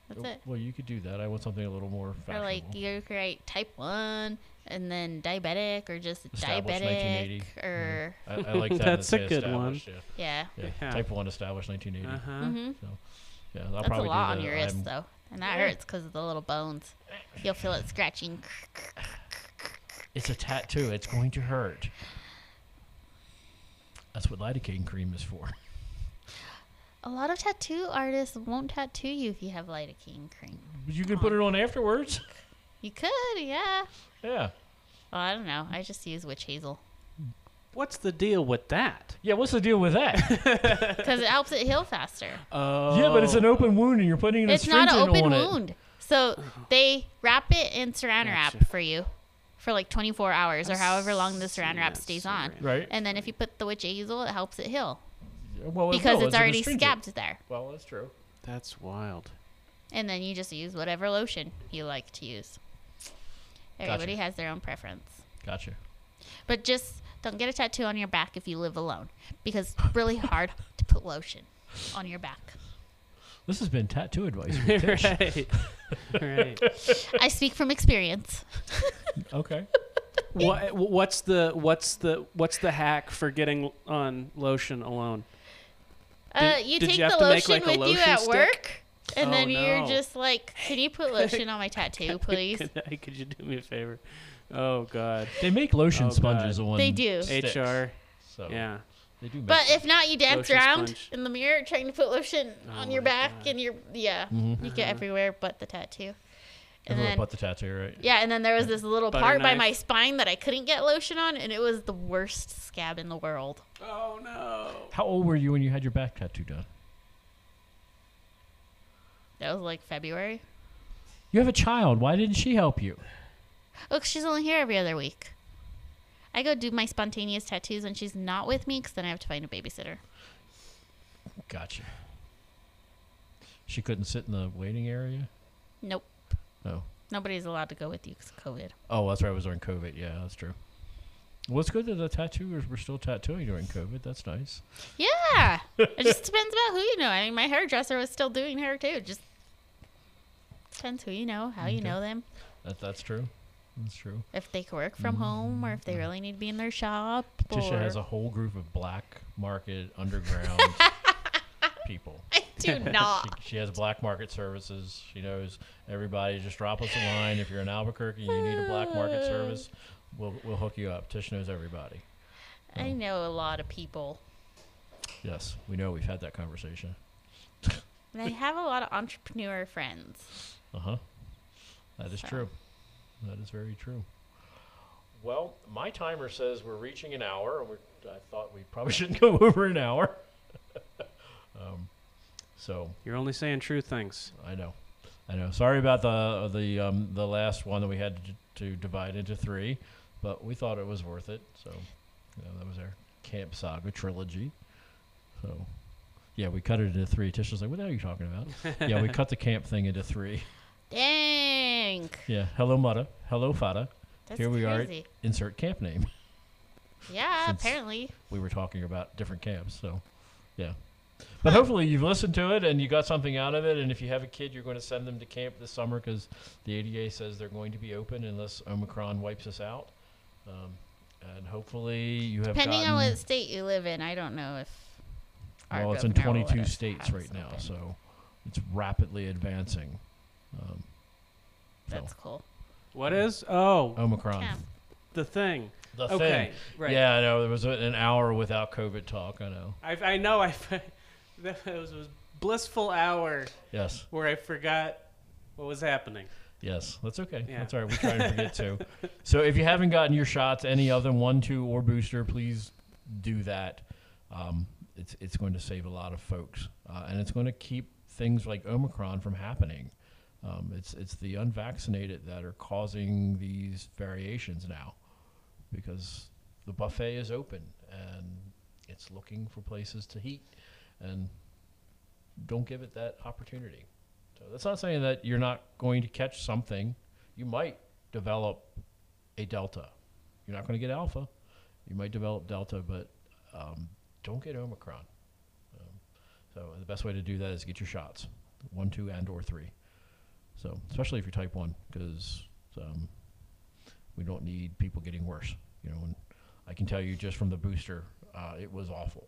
Speaker 3: That's it.
Speaker 1: Oh, Well, you could do that. I want something a little more
Speaker 3: Or
Speaker 1: fashionable.
Speaker 3: like you create type one and then diabetic or just
Speaker 1: Established 1980.
Speaker 3: diabetic or
Speaker 1: I, I like that.
Speaker 2: That's
Speaker 1: that say
Speaker 2: a good one.
Speaker 1: established,
Speaker 3: yeah.
Speaker 1: Yeah. Yeah.
Speaker 2: Yeah.
Speaker 1: Type one established 1980.
Speaker 2: Uh huh.
Speaker 3: hmm
Speaker 1: Yeah, I'll
Speaker 3: That's a
Speaker 1: probably
Speaker 3: lot
Speaker 1: do
Speaker 3: on
Speaker 1: that.
Speaker 3: your wrist
Speaker 1: I'm-
Speaker 3: though, and that hurts because of the little bones. You'll feel it scratching.
Speaker 1: It's a tattoo. It's going to hurt. That's what lidocaine cream is for.
Speaker 3: A lot of tattoo artists won't tattoo you if you have lidocaine cream.
Speaker 1: But you can put it on afterwards.
Speaker 3: You could, yeah.
Speaker 1: Yeah.
Speaker 3: Well, I don't know. I just use witch hazel
Speaker 2: What's the deal with that?
Speaker 1: Yeah, what's the deal with that?
Speaker 3: because it helps it heal faster.
Speaker 2: Oh.
Speaker 1: Yeah, but it's an open wound and you're putting a
Speaker 3: it's not an
Speaker 1: astringent
Speaker 3: open
Speaker 1: on it.
Speaker 3: wound. So they wrap it in saran
Speaker 2: Gotcha.
Speaker 3: wrap for you for like 24 hours or however long the saran wrap stays on.
Speaker 1: Right.
Speaker 3: And then if you put the witch hazel, it helps it heal
Speaker 1: Well, Oh, it
Speaker 3: because
Speaker 1: will.
Speaker 3: it's
Speaker 1: an
Speaker 3: already
Speaker 1: astringent.
Speaker 3: scabbed there.
Speaker 1: Well, that's true.
Speaker 2: That's wild.
Speaker 3: And then you just use whatever lotion you like to use. Everybody has their own preference.
Speaker 1: Gotcha.
Speaker 3: But just don't get a tattoo on your back if you live alone because it's really hard to put lotion on your back.
Speaker 1: This has been tattoo advice. with Tish.
Speaker 2: right. right.
Speaker 3: I speak from experience.
Speaker 1: Okay.
Speaker 2: What, what's the what's the what's the hack for getting on lotion alone?
Speaker 3: Uh,
Speaker 2: Did-
Speaker 3: you
Speaker 2: did
Speaker 3: take
Speaker 2: you have
Speaker 3: the
Speaker 2: to
Speaker 3: lotion
Speaker 2: make, like, a
Speaker 3: with you
Speaker 2: lotion
Speaker 3: at
Speaker 2: stick?
Speaker 3: work, and
Speaker 2: Oh,
Speaker 3: then you're
Speaker 2: no.
Speaker 3: just like, "Can you put lotion on my tattoo, please?"
Speaker 2: could, I- could you do me a favor? Oh God.
Speaker 1: They make lotion
Speaker 2: Oh,
Speaker 1: sponges on.
Speaker 3: They do.
Speaker 1: sticks,
Speaker 2: HR.
Speaker 1: So
Speaker 2: Yeah.
Speaker 1: They do. Make
Speaker 3: But if not, you dance
Speaker 2: Lotion
Speaker 3: around
Speaker 2: sponge.
Speaker 3: in the mirror trying to put lotion
Speaker 2: Oh
Speaker 3: on your
Speaker 2: my
Speaker 3: back
Speaker 2: God. Mm-hmm.
Speaker 3: and your yeah,
Speaker 1: Mhm.
Speaker 3: you get everywhere but the tattoo. And
Speaker 1: everyone
Speaker 3: then
Speaker 1: but the tattoo, right?
Speaker 3: yeah, and then there was this little
Speaker 2: Butter
Speaker 3: part by
Speaker 2: knife.
Speaker 3: my spine that I couldn't get lotion on, and it was the worst scab in the world.
Speaker 2: Oh no.
Speaker 1: How old were you when you had your back tattoo done?
Speaker 3: That was like February.
Speaker 1: You have a child. Why didn't she help you?
Speaker 3: Look, Oh, she's only here every other week. I go do my spontaneous tattoos when she's not with me, because then I have to find a babysitter.
Speaker 1: Gotcha. She couldn't sit in the waiting area.
Speaker 3: Nope.
Speaker 1: Oh.
Speaker 3: Nobody's allowed to go with you because of COVID.
Speaker 1: Oh, that's right. It was during COVID. Yeah, that's true. Well, it's good that the tattooers were still tattooing during COVID. That's nice.
Speaker 3: Yeah. it just depends about who you know. I mean, my hairdresser was still doing her too. Just depends who you know, how you
Speaker 1: Okay.
Speaker 3: know them,
Speaker 1: That that's true. That's true.
Speaker 3: if they can work from home or if they really need to be in their shop.
Speaker 1: Mm. Tisha has
Speaker 3: or-
Speaker 1: a whole group of black market underground people.
Speaker 3: I do not.
Speaker 1: She, she has black market services. She knows everybody. Just drop us a line if you're in Albuquerque. You need a black market service. We'll we'll hook you up. Tish knows everybody.
Speaker 3: I know a lot of people.
Speaker 1: Yes, we know we've had that conversation.
Speaker 3: And I have a lot of entrepreneur friends.
Speaker 1: Uh huh. That is
Speaker 3: So.
Speaker 1: true. That is very true. Well, my timer says we're reaching an hour, and we're, I thought we probably shouldn't go over an hour. um, so
Speaker 2: You're only saying true things.
Speaker 1: I know, I know. Sorry about the the um, the last one that we had to, to divide into three, but we thought it was worth it. So you know, that was our Camp Saga trilogy. So yeah, we cut it into three. Tisha's like, "What the hell are you talking about?" yeah, we cut the camp thing into three.
Speaker 3: Dang.
Speaker 1: Yeah. Hello, Mutta. Hello, Fada.
Speaker 3: That's
Speaker 1: Here we are.
Speaker 3: crazy.
Speaker 1: Insert camp name.
Speaker 3: Yeah,
Speaker 1: Since-
Speaker 3: apparently.
Speaker 1: We were talking about different camps, so yeah. But hopefully you've listened to it and you got something out of it. And if you have a kid, you're going to send them to camp this summer because the ADA says they're going to be open unless Omicron wipes us out. Um, and hopefully you have
Speaker 3: Depending
Speaker 1: gotten,
Speaker 3: on what state you live in, I don't know if. our
Speaker 1: well, it's in
Speaker 3: governor will let
Speaker 1: 22
Speaker 3: us
Speaker 1: states
Speaker 3: have
Speaker 1: right now,
Speaker 3: something.
Speaker 1: so it's rapidly advancing. Um, so,
Speaker 3: That's cool.
Speaker 2: What is? Oh,
Speaker 1: Omicron.
Speaker 3: Yeah.
Speaker 2: the thing.
Speaker 1: The
Speaker 2: okay,
Speaker 1: thing.
Speaker 2: right.
Speaker 1: Yeah, I know. There was a, an hour without COVID talk. I know.
Speaker 2: I, I know. I that was, was blissful hour
Speaker 1: Yes,
Speaker 2: where I forgot what was happening.
Speaker 1: yes. That's okay.
Speaker 2: Yeah.
Speaker 1: That's all right. We try and forget too. So if you haven't gotten your shots, any of them, one, two, or booster, please do that. Um, it's it's going to save a lot of folks, uh, and it's going to keep things like Omicron from happening. Um, it's it's the unvaccinated that are causing these variations now, because the buffet is open and it's looking for places to heat, and don't give it that opportunity. So that's not saying that you're not going to catch something. You might develop a delta. You're not going to get alpha. You might develop delta, but um, don't get omicron. Um, so the best way to do that is get your shots, one, two, and or three. So especially if you're type one, because um, we don't need people getting worse. You know, and I can tell you just from the booster, uh, it was awful.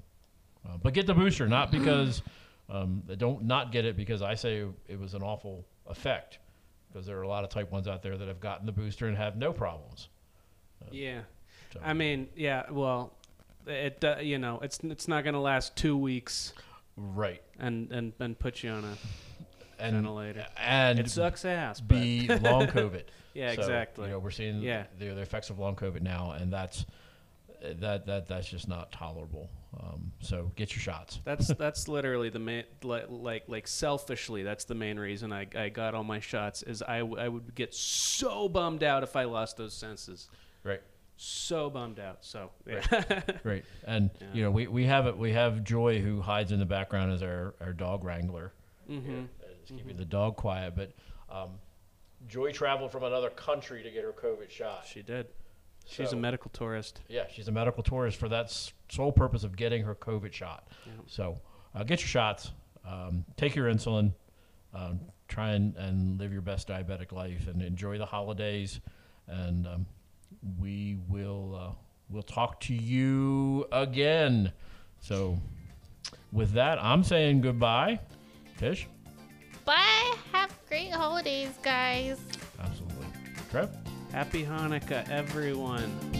Speaker 1: Uh, but get the booster, not because um, don't not get it because I say it was an awful effect. Because there are a lot of type ones out there that have gotten the booster and have no problems. Uh,
Speaker 2: Yeah.
Speaker 1: So-
Speaker 2: I mean, yeah. Well, it do- you know it's it's not gonna last two weeks
Speaker 1: Right.
Speaker 2: and and and put you on a
Speaker 1: And
Speaker 2: ventilator.
Speaker 1: and
Speaker 2: It sucks ass. But
Speaker 1: be long COVID.
Speaker 2: yeah,
Speaker 1: So,
Speaker 2: exactly.
Speaker 1: You know, we're seeing
Speaker 2: Yeah.
Speaker 1: the, the effects of long COVID now, and that's that that that's just not tolerable. Um, so get your shots.
Speaker 2: That's that's literally the main li- like like selfishly that's the main reason I, I got all my shots is I, w- I would get so bummed out if I lost those senses
Speaker 1: Right.
Speaker 2: so bummed out so yeah.
Speaker 1: Right. And you know, we, we have it. We have Joy who hides in the background as our our dog wrangler.
Speaker 2: hmm
Speaker 1: uh, just keeping the dog quiet. But um, Joy traveled from another country to get her COVID shot.
Speaker 2: she did she's
Speaker 1: So-
Speaker 2: a medical tourist
Speaker 1: yeah, she's a medical tourist for that s- sole purpose of getting her COVID shot.
Speaker 2: Yeah.
Speaker 1: So uh, get your shots, um, take your insulin, um, try and, and live your best diabetic life, and enjoy the holidays. And um, we will uh, we'll talk to you again. So with that, I'm saying goodbye. Tish,
Speaker 3: Bye. Have great holidays, guys.
Speaker 1: absolutely. Trev.
Speaker 2: happy Hanukkah everyone.